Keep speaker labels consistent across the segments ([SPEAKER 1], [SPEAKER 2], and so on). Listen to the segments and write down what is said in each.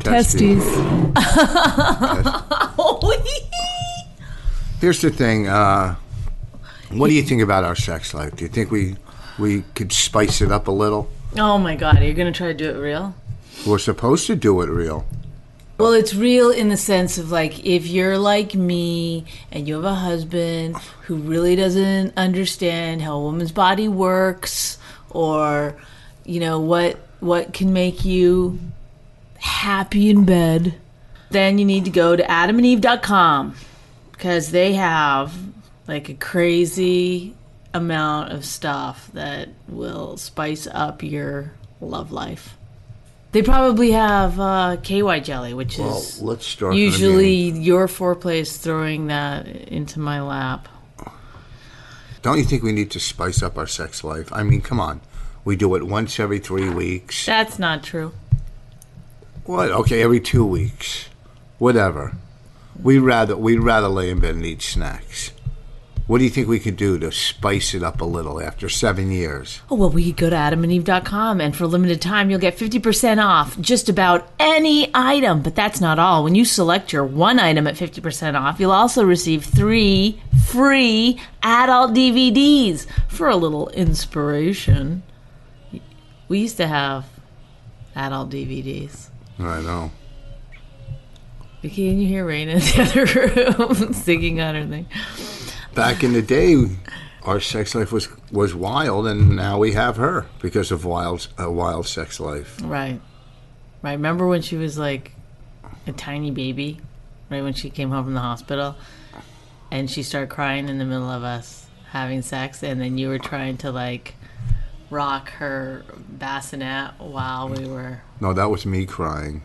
[SPEAKER 1] Testes.
[SPEAKER 2] Here's the thing. Uh, what do you think about our sex life? Do you think we we could spice it up a little?
[SPEAKER 1] Oh my god, are you going to try to do it real?
[SPEAKER 2] We're supposed to do it real.
[SPEAKER 1] Well, it's real in the sense of like if you're like me and you have a husband who really doesn't understand how a woman's body works or you know what what can make you happy in bed, then you need to go to adamandeve.com because they have like a crazy amount of stuff that will spice up your love life. They probably have uh, KY jelly, which
[SPEAKER 2] Well,
[SPEAKER 1] is
[SPEAKER 2] let's start.
[SPEAKER 1] usually your foreplay is throwing that into my lap.
[SPEAKER 2] Don't you think we need to spice up our sex life? I mean, come on. We do it once every three weeks.
[SPEAKER 1] That's not true.
[SPEAKER 2] What? Okay, every two weeks. Whatever. We rather we'd rather lay in bed and eat snacks. What do you think we could do to spice it up a little after seven years?
[SPEAKER 1] Oh, well, we could go to adamandeve.com, and for a limited time, you'll get 50% off just about any item. But that's not all. When you select your one item at 50% off, you'll also receive three free adult DVDs for a little inspiration. We used to have adult DVDs.
[SPEAKER 2] I know.
[SPEAKER 1] Vicky, can you hear Raina in the other room singing on her thing?
[SPEAKER 2] Back in the day, our sex life was was wild, and now we have her because of wild a wild sex life.
[SPEAKER 1] Right. Right. Remember when she was like a tiny baby, right when she came home from the hospital and she started crying in the middle of us having sex and then you were trying to like rock her bassinet while we were
[SPEAKER 2] No, that was me crying.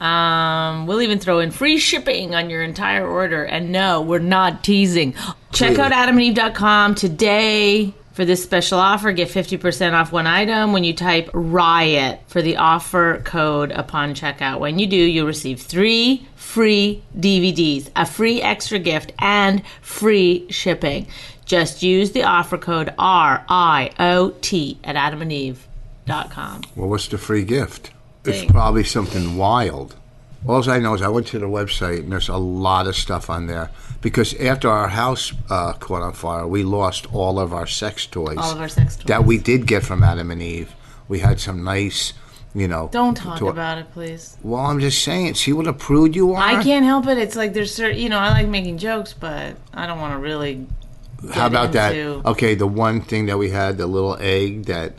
[SPEAKER 1] um we'll even throw in free shipping on your entire order and no we're not teasing check out adamandeve.com today for this special offer get 50% off one item when you type riot for the offer code upon checkout when you do you'll receive three free dvds a free extra gift and free shipping just use the offer code r-i-o-t at adamandeve.com
[SPEAKER 2] Well, what's the free gift?
[SPEAKER 1] Thing.
[SPEAKER 2] It's probably something wild. All I know is I went to the website and there's a lot of stuff on there because after our house uh, caught on fire, we lost all of our sex toys.
[SPEAKER 1] all of our sex toys
[SPEAKER 2] that we did get from Adam and Eve. We had some nice, you know.
[SPEAKER 1] don't talk
[SPEAKER 2] to-
[SPEAKER 1] about it please
[SPEAKER 2] Well, I'm just saying. See what a prude you are.
[SPEAKER 1] I can't help it. It's like there's certain, you know, I like making jokes, but I don't want to really.
[SPEAKER 2] How about that?
[SPEAKER 1] into-
[SPEAKER 2] Okay, the one thing that we had, the little egg that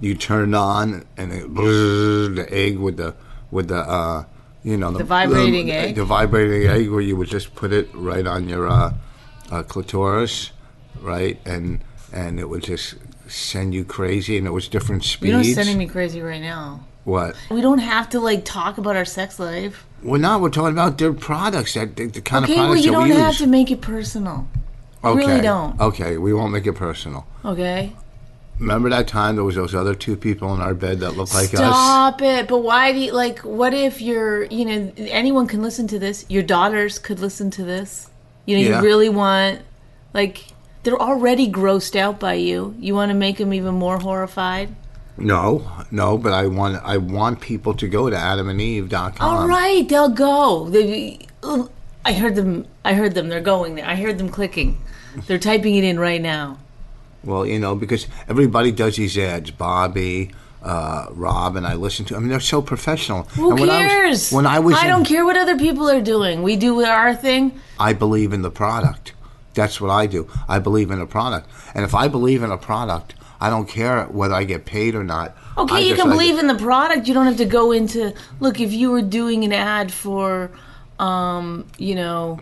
[SPEAKER 2] you turned on, and it, the egg with the with the uh, you know the,
[SPEAKER 1] vibrating egg?
[SPEAKER 2] the vibrating egg where you would just put it right on your uh, uh, clitoris, right, and and it would just send you crazy, and it was different
[SPEAKER 1] You know,
[SPEAKER 2] speeds.
[SPEAKER 1] sending me crazy right now.
[SPEAKER 2] what?
[SPEAKER 1] We don't have to like talk about our sex life.
[SPEAKER 2] Well, no, we're talking about their products, that the, the kind
[SPEAKER 1] Okay,
[SPEAKER 2] of
[SPEAKER 1] well,
[SPEAKER 2] products
[SPEAKER 1] you
[SPEAKER 2] that
[SPEAKER 1] don't
[SPEAKER 2] we
[SPEAKER 1] have
[SPEAKER 2] use.
[SPEAKER 1] to make it personal. really
[SPEAKER 2] Okay,
[SPEAKER 1] don't.
[SPEAKER 2] Okay, we won't make it personal.
[SPEAKER 1] Okay,
[SPEAKER 2] Remember that time there was those other two people in our bed that looked like us?
[SPEAKER 1] stop it. But why do you like? What if you're, you know, anyone can listen to this. Your daughters could listen to this. You know,
[SPEAKER 2] Yeah.
[SPEAKER 1] you really want like they're already grossed out by you. You want to make them even more horrified.
[SPEAKER 2] No, no, but I want I want people to go to adamandeve.com.
[SPEAKER 1] All right, they'll go. They, I heard them. I heard them. They're going there. I heard them clicking. They're typing it in right now.
[SPEAKER 2] Well, you know, because everybody does these ads. Bobby, uh, Rob, and I listen to. I mean, they're so professional.
[SPEAKER 1] Who
[SPEAKER 2] and when I was,
[SPEAKER 1] cares?
[SPEAKER 2] when I was, in-
[SPEAKER 1] don't care what other people are doing. We do our thing.
[SPEAKER 2] I believe in the product. That's what I do. I believe in a product. And if I believe in a product, I don't care whether I get paid or not. I
[SPEAKER 1] Okay, you
[SPEAKER 2] just-
[SPEAKER 1] can
[SPEAKER 2] I-
[SPEAKER 1] believe in the product. You don't have to go into look. If you were doing an ad for, um, you know,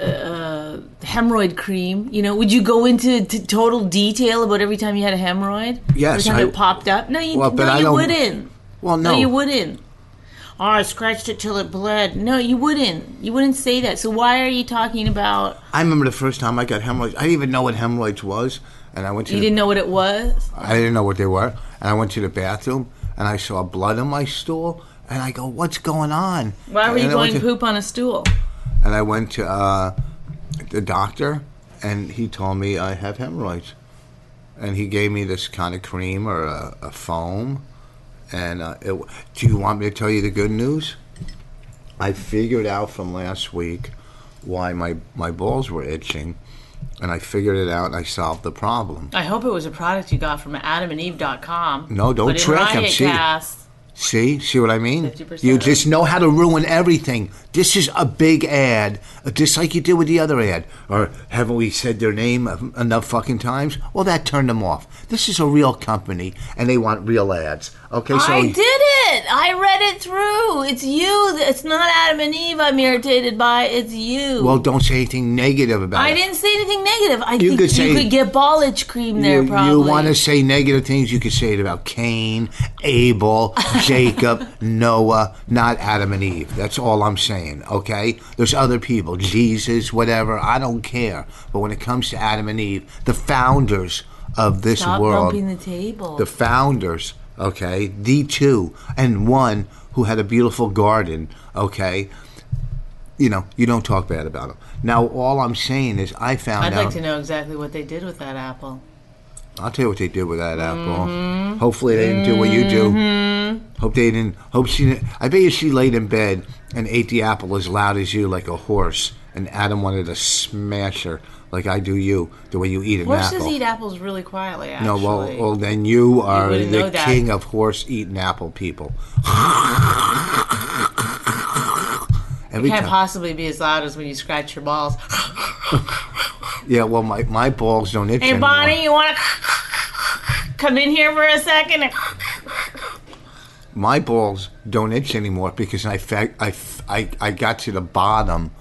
[SPEAKER 1] uh, hemorrhoid cream, you know, would you go into t- total detail about every time you had a hemorrhoid?
[SPEAKER 2] Yes,
[SPEAKER 1] every time
[SPEAKER 2] I-
[SPEAKER 1] it popped up. No, you,
[SPEAKER 2] Well, but
[SPEAKER 1] no,
[SPEAKER 2] I
[SPEAKER 1] you
[SPEAKER 2] don't-
[SPEAKER 1] wouldn't.
[SPEAKER 2] Well, no.
[SPEAKER 1] No, you wouldn't. Oh, I scratched it till it bled. No, you wouldn't. You wouldn't say that. So why are you talking about?
[SPEAKER 2] I remember the first time I got hemorrhoids. I didn't even know what hemorrhoids was, and I went to
[SPEAKER 1] You
[SPEAKER 2] the,
[SPEAKER 1] didn't know what it was.
[SPEAKER 2] I didn't know what they were, and I went to the bathroom and I saw blood in my stool, and I go, "What's going on?"
[SPEAKER 1] Why were
[SPEAKER 2] And
[SPEAKER 1] you
[SPEAKER 2] I went
[SPEAKER 1] going
[SPEAKER 2] to-
[SPEAKER 1] poop on a stool?
[SPEAKER 2] And I went to uh, the doctor, and he told me I have hemorrhoids, and he gave me this kind of cream or a, a foam. And uh, it, do you want me to tell you the good news? I figured out from last week why my my balls were itching, and I figured it out. and I solved the problem.
[SPEAKER 1] I hope it was a product you got from adamandeve.com.
[SPEAKER 2] No, don't
[SPEAKER 1] but in
[SPEAKER 2] trick 'em,
[SPEAKER 1] Riot
[SPEAKER 2] see.
[SPEAKER 1] Cast,
[SPEAKER 2] See, see what I mean?
[SPEAKER 1] 50%
[SPEAKER 2] You
[SPEAKER 1] off.
[SPEAKER 2] just know how to ruin everything. This is a big ad, just like you did with the other ad. Or haven't we said their name enough fucking times? Well, that turned them off. This is a real company, and they want real ads. Okay, so
[SPEAKER 1] I did it. I read it through. It's you. It's not Adam and Eve I'm irritated by. It's you.
[SPEAKER 2] well, don't say anything negative about
[SPEAKER 1] I
[SPEAKER 2] it.
[SPEAKER 1] didn't say anything negative. I
[SPEAKER 2] You
[SPEAKER 1] think
[SPEAKER 2] could say-
[SPEAKER 1] you could get ball itch cream there,
[SPEAKER 2] You,
[SPEAKER 1] probably.
[SPEAKER 2] want to say negative things? You could say it about Cain, Abel, Jacob, Noah, not Adam and Eve. That's all I'm saying. Okay? There's other people, Jesus, whatever. I don't care. But when it comes to Adam and Eve, the founders of this
[SPEAKER 1] Stop
[SPEAKER 2] world,
[SPEAKER 1] bumping the table.
[SPEAKER 2] the founders, okay, the two, and one who had a beautiful garden, okay. You know, you don't talk bad about them. Now, all I'm saying is, I found
[SPEAKER 1] I'd
[SPEAKER 2] out.
[SPEAKER 1] like to know exactly what they did with that apple.
[SPEAKER 2] I'll tell you what they did with that apple. Hopefully they didn't do what you do.
[SPEAKER 1] Mm-hmm.
[SPEAKER 2] Hope they didn't. Hope she. Didn't, I bet you she laid in bed and ate the apple as loud as you, like a horse. And Adam wanted to smash her, like I do you, the way you eat an
[SPEAKER 1] Horses
[SPEAKER 2] apple.
[SPEAKER 1] eat apples really quietly,
[SPEAKER 2] no,
[SPEAKER 1] actually.
[SPEAKER 2] well, well, then you are
[SPEAKER 1] wouldn't
[SPEAKER 2] the
[SPEAKER 1] know that.
[SPEAKER 2] king of horse-eating apple people. Every
[SPEAKER 1] Can't
[SPEAKER 2] time.
[SPEAKER 1] possibly be as loud as when you scratch your balls.
[SPEAKER 2] yeah. Well, my, my balls don't itch
[SPEAKER 1] Hey,
[SPEAKER 2] anymore.
[SPEAKER 1] Bonnie, you want to come in here for a second?
[SPEAKER 2] my balls don't itch anymore because I fa- I, f- I, I got to the bottom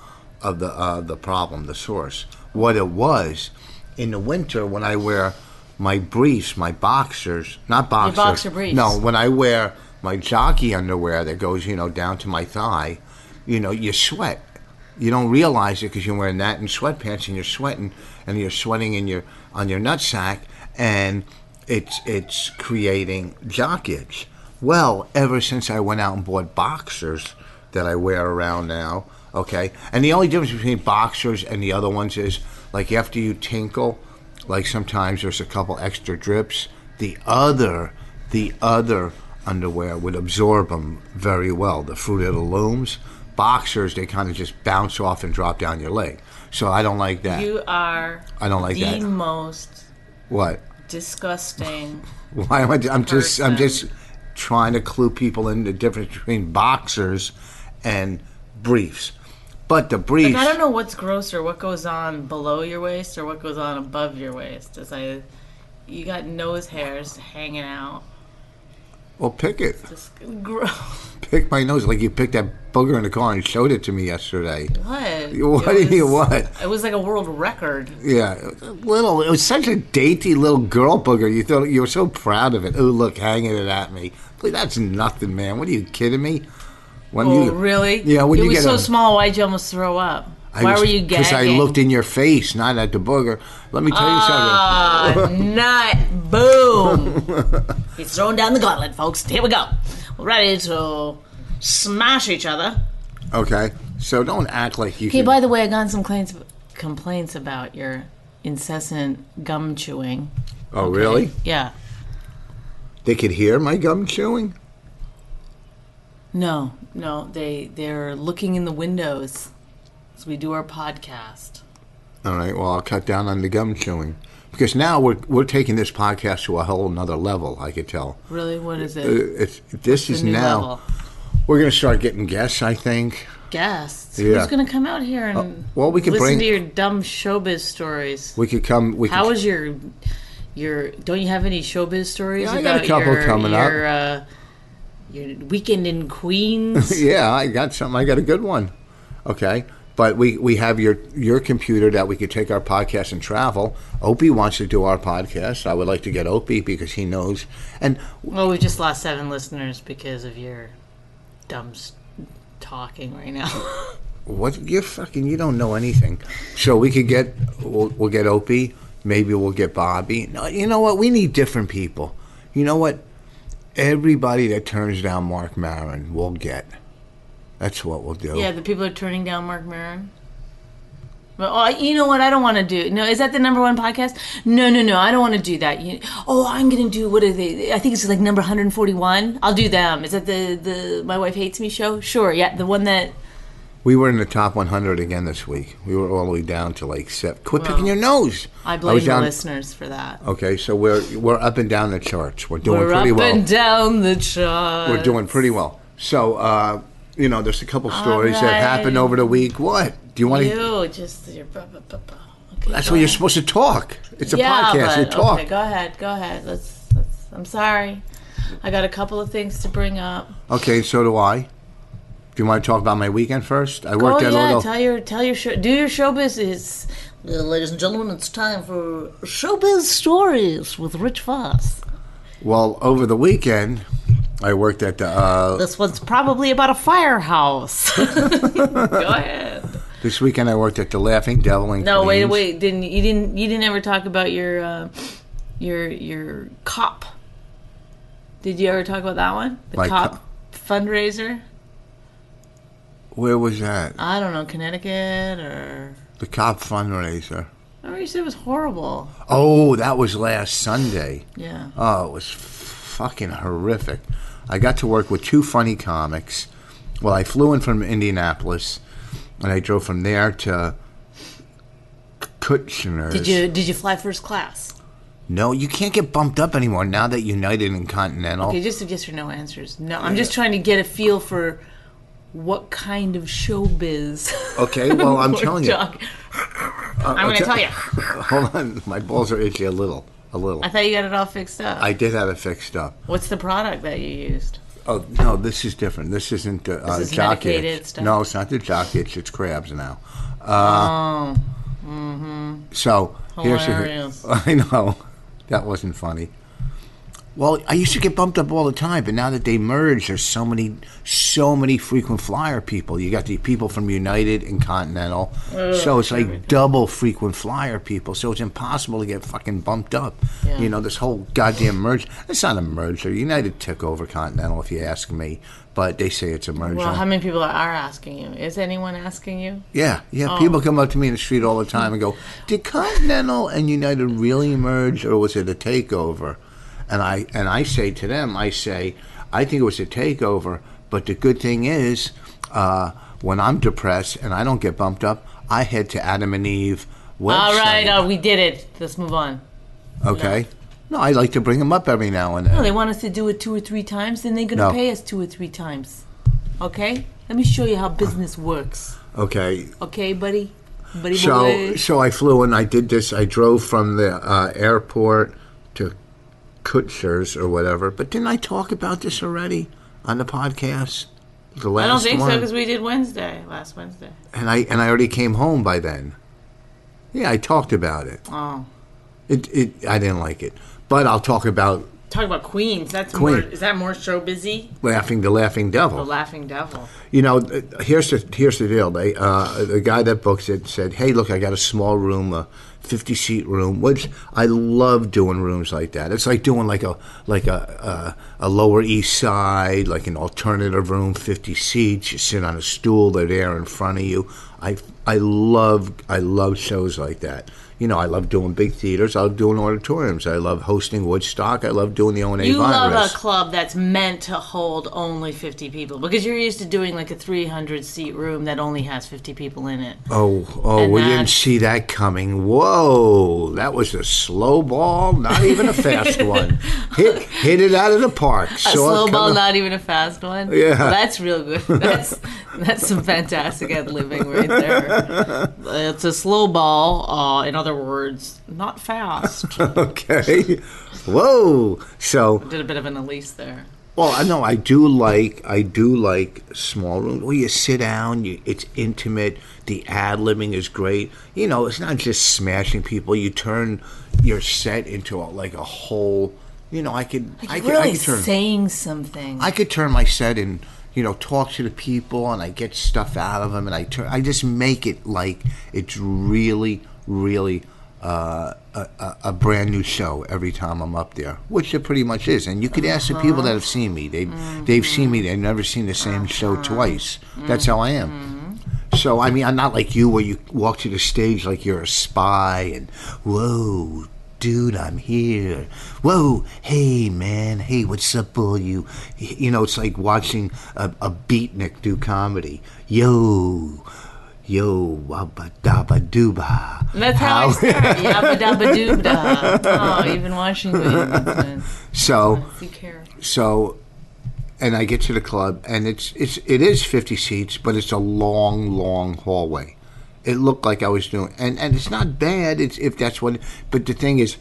[SPEAKER 2] of the uh, the problem, the source. What it was in the winter when I wear my briefs, my boxers, not boxers,
[SPEAKER 1] boxer briefs.
[SPEAKER 2] No, when I wear my jockey underwear that goes you know down to my thigh, you know you sweat. You don't realize it because you're wearing that and sweatpants and you're sweating and you're sweating in your on your nutsack and it's it's creating jock itch. Well, ever since I went out and bought boxers that I wear around now, okay. And the only difference between boxers and the other ones is like after you tinkle, like sometimes there's a couple extra drips. The other, the other underwear would absorb them very well. The fruit of the looms, boxers, they kind of just bounce off and drop down your leg. So I don't like that.
[SPEAKER 1] You are
[SPEAKER 2] I don't like
[SPEAKER 1] the
[SPEAKER 2] that.
[SPEAKER 1] most
[SPEAKER 2] what?
[SPEAKER 1] disgusting.
[SPEAKER 2] Why am I? I'm just. I'm
[SPEAKER 1] person.
[SPEAKER 2] just trying to clue people in the difference between boxers and briefs. But the briefs.
[SPEAKER 1] And I don't know what's grosser, what goes on below your waist or what goes on above your waist. It's like you got nose hairs hanging out.
[SPEAKER 2] Well, pick it.
[SPEAKER 1] It's gross.
[SPEAKER 2] Pick my nose like you picked that booger in the car and showed it to me yesterday.
[SPEAKER 1] What?
[SPEAKER 2] What
[SPEAKER 1] It
[SPEAKER 2] do you
[SPEAKER 1] was-
[SPEAKER 2] want?
[SPEAKER 1] It was like a world record.
[SPEAKER 2] Yeah, little. It was such a dainty little girl booger. You thought you were so proud of it. Oh, look, hanging it at me. Like, That's nothing, man. What are you kidding me? When
[SPEAKER 1] Oh,
[SPEAKER 2] you,
[SPEAKER 1] really?
[SPEAKER 2] Yeah, when
[SPEAKER 1] it
[SPEAKER 2] you
[SPEAKER 1] was
[SPEAKER 2] get
[SPEAKER 1] so
[SPEAKER 2] a-
[SPEAKER 1] small, why'd you almost throw up? Why were you gagging?
[SPEAKER 2] Because I looked in your face, not at the booger. Let me tell you something.
[SPEAKER 1] Ah, nut. Boom. He's throwing down the gauntlet, folks. Here we go. We're ready to smash each other.
[SPEAKER 2] Okay, so don't act like you.
[SPEAKER 1] Okay,
[SPEAKER 2] can-
[SPEAKER 1] by the way, I got some complaints, complaints about your incessant gum chewing.
[SPEAKER 2] oh, really?
[SPEAKER 1] Yeah.
[SPEAKER 2] They could hear my gum chewing.
[SPEAKER 1] No, no, they they're looking in the windows as we do our podcast.
[SPEAKER 2] All right. Well, I'll cut down on the gum chewing because now we're we're taking this podcast to a whole another level. I could tell. Uh,
[SPEAKER 1] Really, what is it?
[SPEAKER 2] It's this
[SPEAKER 1] The
[SPEAKER 2] is
[SPEAKER 1] new
[SPEAKER 2] now.
[SPEAKER 1] level.
[SPEAKER 2] We're gonna start getting guests. I think.
[SPEAKER 1] guests.
[SPEAKER 2] Yeah. Uh,
[SPEAKER 1] Who's going to come out here and
[SPEAKER 2] well, we could
[SPEAKER 1] listen
[SPEAKER 2] bring-
[SPEAKER 1] to your dumb showbiz stories?
[SPEAKER 2] We could come. We
[SPEAKER 1] How
[SPEAKER 2] could,
[SPEAKER 1] was your your? Don't you have any showbiz stories?
[SPEAKER 2] Yeah, I got
[SPEAKER 1] about
[SPEAKER 2] a couple
[SPEAKER 1] your,
[SPEAKER 2] coming up.
[SPEAKER 1] your, Uh, your weekend in Queens.
[SPEAKER 2] Yeah, I got something. I got a good one. Okay, but we we have your your computer that we could take our podcast and travel. Opie wants to do our podcast. I would like to get Opie because he knows. And
[SPEAKER 1] Well, we just lost seven listeners because of your dumb s- talking right now.
[SPEAKER 2] what you fucking you don't know anything. So we could get we'll, we'll get Opie. Maybe we'll get Bobby. No, you know what? We need different people. You know what? Everybody that turns down Mark Maron, we'll get. That's what we'll do.
[SPEAKER 1] yeah, the people are turning down Mark Maron. But oh, you know what? I don't want to do. No, is that the number one podcast? No, no, no. I don't want to do that. You, oh, I'm gonna do. What are they? I think it's like number 141. I'll do them. Is that the the My Wife Hates Me show? Sure. Yeah, the one that
[SPEAKER 2] We were in the top 100 again this week. We were all the way down to like seven. Quit picking your nose.
[SPEAKER 1] I
[SPEAKER 2] was
[SPEAKER 1] blame the
[SPEAKER 2] down-
[SPEAKER 1] listeners for that.
[SPEAKER 2] Okay, so we're we're up and down the charts. Oh, We're doing
[SPEAKER 1] We're up
[SPEAKER 2] pretty well.
[SPEAKER 1] and down the chart.
[SPEAKER 2] we're doing pretty well. So uh, you know, there's a couple stories that happened
[SPEAKER 1] right.
[SPEAKER 2] over the week. What do you want to?
[SPEAKER 1] You just your. bu- bu- bu- bu- Okay,
[SPEAKER 2] That's
[SPEAKER 1] go
[SPEAKER 2] what you're
[SPEAKER 1] ahead.
[SPEAKER 2] supposed to talk. It's a
[SPEAKER 1] yeah,
[SPEAKER 2] podcast.
[SPEAKER 1] but,
[SPEAKER 2] you talk.
[SPEAKER 1] Okay, go ahead. Go ahead. Let's. let's I'm sorry. I got a couple of things to bring up.
[SPEAKER 2] Okay, so do I. Do you want to talk about my weekend first? I
[SPEAKER 1] Oh
[SPEAKER 2] worked
[SPEAKER 1] yeah,
[SPEAKER 2] at a little.
[SPEAKER 1] tell your tell your show do your showbiz is ladies and gentlemen, it's time for showbiz stories with Rich Voss.
[SPEAKER 2] well, over the weekend, I worked at the. Uh,
[SPEAKER 1] This one's probably about a firehouse. Go ahead.
[SPEAKER 2] this weekend, I worked at the Laughing Devil in
[SPEAKER 1] No, wait,
[SPEAKER 2] Queens.
[SPEAKER 1] wait. Didn't you didn't you didn't ever talk about your uh, your your cop? Did you ever talk about that one? The
[SPEAKER 2] My
[SPEAKER 1] cop
[SPEAKER 2] co-
[SPEAKER 1] fundraiser.
[SPEAKER 2] Where was that?
[SPEAKER 1] I don't know Connecticut or.
[SPEAKER 2] The cop fundraiser.
[SPEAKER 1] Remember you said it was horrible.
[SPEAKER 2] Oh, that was last Sunday.
[SPEAKER 1] Yeah.
[SPEAKER 2] Oh, it was f- fucking horrific. I got to work with two funny comics. Well, I flew in from Indianapolis, and I drove from there to Kitchener's.
[SPEAKER 1] Did you did you fly first class?
[SPEAKER 2] No, you can't get bumped up anymore now that United and Continental.
[SPEAKER 1] Okay, just yes or no answers. No, I'm just trying to get a feel for what kind of showbiz.
[SPEAKER 2] Okay, well, I'm
[SPEAKER 1] we're
[SPEAKER 2] telling you. Uh,
[SPEAKER 1] talking- I'm going
[SPEAKER 2] okay.
[SPEAKER 1] to tell you.
[SPEAKER 2] Hold on, my balls are itchy a little, a little.
[SPEAKER 1] I thought you got it all fixed up.
[SPEAKER 2] I did have it fixed up.
[SPEAKER 1] What's the product that you used?
[SPEAKER 2] Oh no, this is different. This isn't the uh,
[SPEAKER 1] is
[SPEAKER 2] jock itch.
[SPEAKER 1] medicated stuff.
[SPEAKER 2] No, it's not the jock itch. It's crabs now. Uh, So here's
[SPEAKER 1] Oh, mm-hmm. Hilarious.
[SPEAKER 2] the. I know that wasn't funny. Well, I used to get bumped up all the time, but now that they merged, there's so many, so many frequent flyer people. You got the people from United and Continental, so it's like double frequent flyer people. So it's impossible to get fucking bumped up.
[SPEAKER 1] Yeah.
[SPEAKER 2] You know this whole goddamn merge. It's not a merger. United took over Continental, if you ask me, but they say it's a merger.
[SPEAKER 1] Well, how many people are asking you? Is anyone asking you?
[SPEAKER 2] Yeah, yeah.
[SPEAKER 1] Oh.
[SPEAKER 2] People come up to me in the street all the time and go, "Did Continental and United really merge, or was it a takeover?" And I and I say to them, I say, "I think it was a takeover, but the good thing is, uh, when I'm depressed and I don't get bumped up, I head to Adam and Eve website."
[SPEAKER 1] All right, oh, we did it. Let's move on.
[SPEAKER 2] okay. No. I like to bring them up every now and then.
[SPEAKER 1] No, they want us to do it two or three times, then they're going to
[SPEAKER 2] No.
[SPEAKER 1] pay us two or three times. Okay? Let me show you how business works.
[SPEAKER 2] okay.
[SPEAKER 1] Okay, buddy? Buddy
[SPEAKER 2] So
[SPEAKER 1] boy.
[SPEAKER 2] so I flew and I did this. I drove from the uh, airport to Kutcher's or whatever. But didn't I talk about this already on the podcast? The last
[SPEAKER 1] I don't think so
[SPEAKER 2] one.
[SPEAKER 1] 'cause so because we did Wednesday, last Wednesday.
[SPEAKER 2] and I and I already came home by then. Yeah, I talked about it.
[SPEAKER 1] Oh.
[SPEAKER 2] It it I didn't like it, but I'll talk about
[SPEAKER 1] Talk about Queens. That's
[SPEAKER 2] Queen.
[SPEAKER 1] more. Is that more show busy?
[SPEAKER 2] laughing the laughing devil.
[SPEAKER 1] The Laughing Devil.
[SPEAKER 2] you know, th- here's the here's the deal. They uh, the guy that books it said, "Hey, look, I got a small room, a 50 seat room, which I love doing rooms like that. It's like doing like a like a uh, a, a Lower East Side, like an alternative room, 50 seats. You sit on a stool, they're there in front of you. I I love I love shows like that. You you know, I love doing big theaters. I love doing auditoriums. I love hosting Woodstock. I love doing the O and A
[SPEAKER 1] You love
[SPEAKER 2] Virus.
[SPEAKER 1] a club that's meant to hold only 50 people because you're used to doing like a 300 seat room that only has 50 people in it.
[SPEAKER 2] Oh, oh,
[SPEAKER 1] And
[SPEAKER 2] we didn't
[SPEAKER 1] that's-
[SPEAKER 2] see that coming. Whoa, that was a slow ball, not even a fast one. Hit, hit it out of the park.
[SPEAKER 1] A
[SPEAKER 2] Saw it
[SPEAKER 1] slow ball,
[SPEAKER 2] coming.
[SPEAKER 1] not even a fast one.
[SPEAKER 2] Yeah.
[SPEAKER 1] Well, that's real good. That's that's some fantastic ad living right there. It's a slow ball. Uh, in other words, not fast.
[SPEAKER 2] Okay. Whoa. So,
[SPEAKER 1] Did a bit of an Elise there.
[SPEAKER 2] well, I know I do like I do like small rooms where you sit down. You, it's intimate. The ad libbing is great. You know, it's not just smashing people. You turn your set into a, like a whole. You know, I could I could, I
[SPEAKER 1] really
[SPEAKER 2] could turn
[SPEAKER 1] saying something.
[SPEAKER 2] I could turn my set and you know talk to the people and I get stuff out of them and I turn I just make it like it's really really uh, a, a, a brand new show every time I'm up there, which it pretty much is. And you could ask the people that have seen me; they've they've seen me. They've never seen the same show twice. That's how I am. So I mean, I'm not like you, where you walk to the stage like you're a spy and whoa, dude, I'm here. Whoa, hey man, hey, what's up, all you? You know, it's like watching a, a beatnik do comedy. Yo. Yo, wabba dabba dooba.
[SPEAKER 1] That's how, I start. Yabba dabba doob da. Oh, even Washington.
[SPEAKER 2] So,
[SPEAKER 1] You care.
[SPEAKER 2] so, and I get to the club, and it's it's it is fifty seats, but it's a long, long hallway. It looked like I was doing, and and it's not bad. It's if that's what. But the thing is,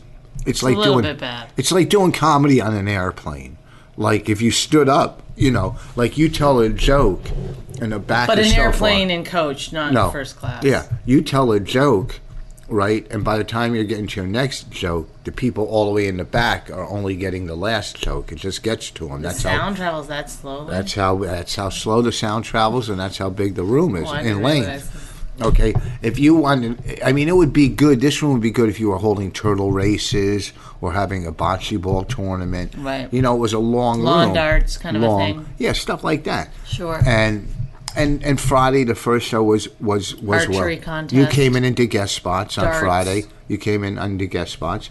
[SPEAKER 2] it's like
[SPEAKER 1] little
[SPEAKER 2] doing
[SPEAKER 1] bit bad.
[SPEAKER 2] it's like doing comedy on an airplane. Like if you stood up, you know, like you tell a joke, and the back.
[SPEAKER 1] But
[SPEAKER 2] is
[SPEAKER 1] an
[SPEAKER 2] so far-
[SPEAKER 1] airplane and coach, not
[SPEAKER 2] no.
[SPEAKER 1] first class.
[SPEAKER 2] Yeah, you tell a joke, right? And by the time you're getting to your next joke, the people all the way in the back are only getting the last joke. It just gets to them. That's
[SPEAKER 1] Sound
[SPEAKER 2] how.
[SPEAKER 1] travels that slowly.
[SPEAKER 2] That's how. That's how slow the sound travels, and that's how big the room is
[SPEAKER 1] Oh, I
[SPEAKER 2] in
[SPEAKER 1] didn't
[SPEAKER 2] length.
[SPEAKER 1] realize.
[SPEAKER 2] Okay, if you wanted, I mean, it would be good. This room would be good if you were holding turtle races or having a bocce ball tournament.
[SPEAKER 1] Right.
[SPEAKER 2] You know, it was a long
[SPEAKER 1] Lawn
[SPEAKER 2] room.
[SPEAKER 1] darts kind of a
[SPEAKER 2] Long-
[SPEAKER 1] thing.
[SPEAKER 2] Yeah, stuff like that.
[SPEAKER 1] Sure.
[SPEAKER 2] And and and Friday, the first show was was was
[SPEAKER 1] Archery
[SPEAKER 2] well.
[SPEAKER 1] contest.
[SPEAKER 2] You came in and did guest spots
[SPEAKER 1] Darts.
[SPEAKER 2] on Friday. You came in under guest spots,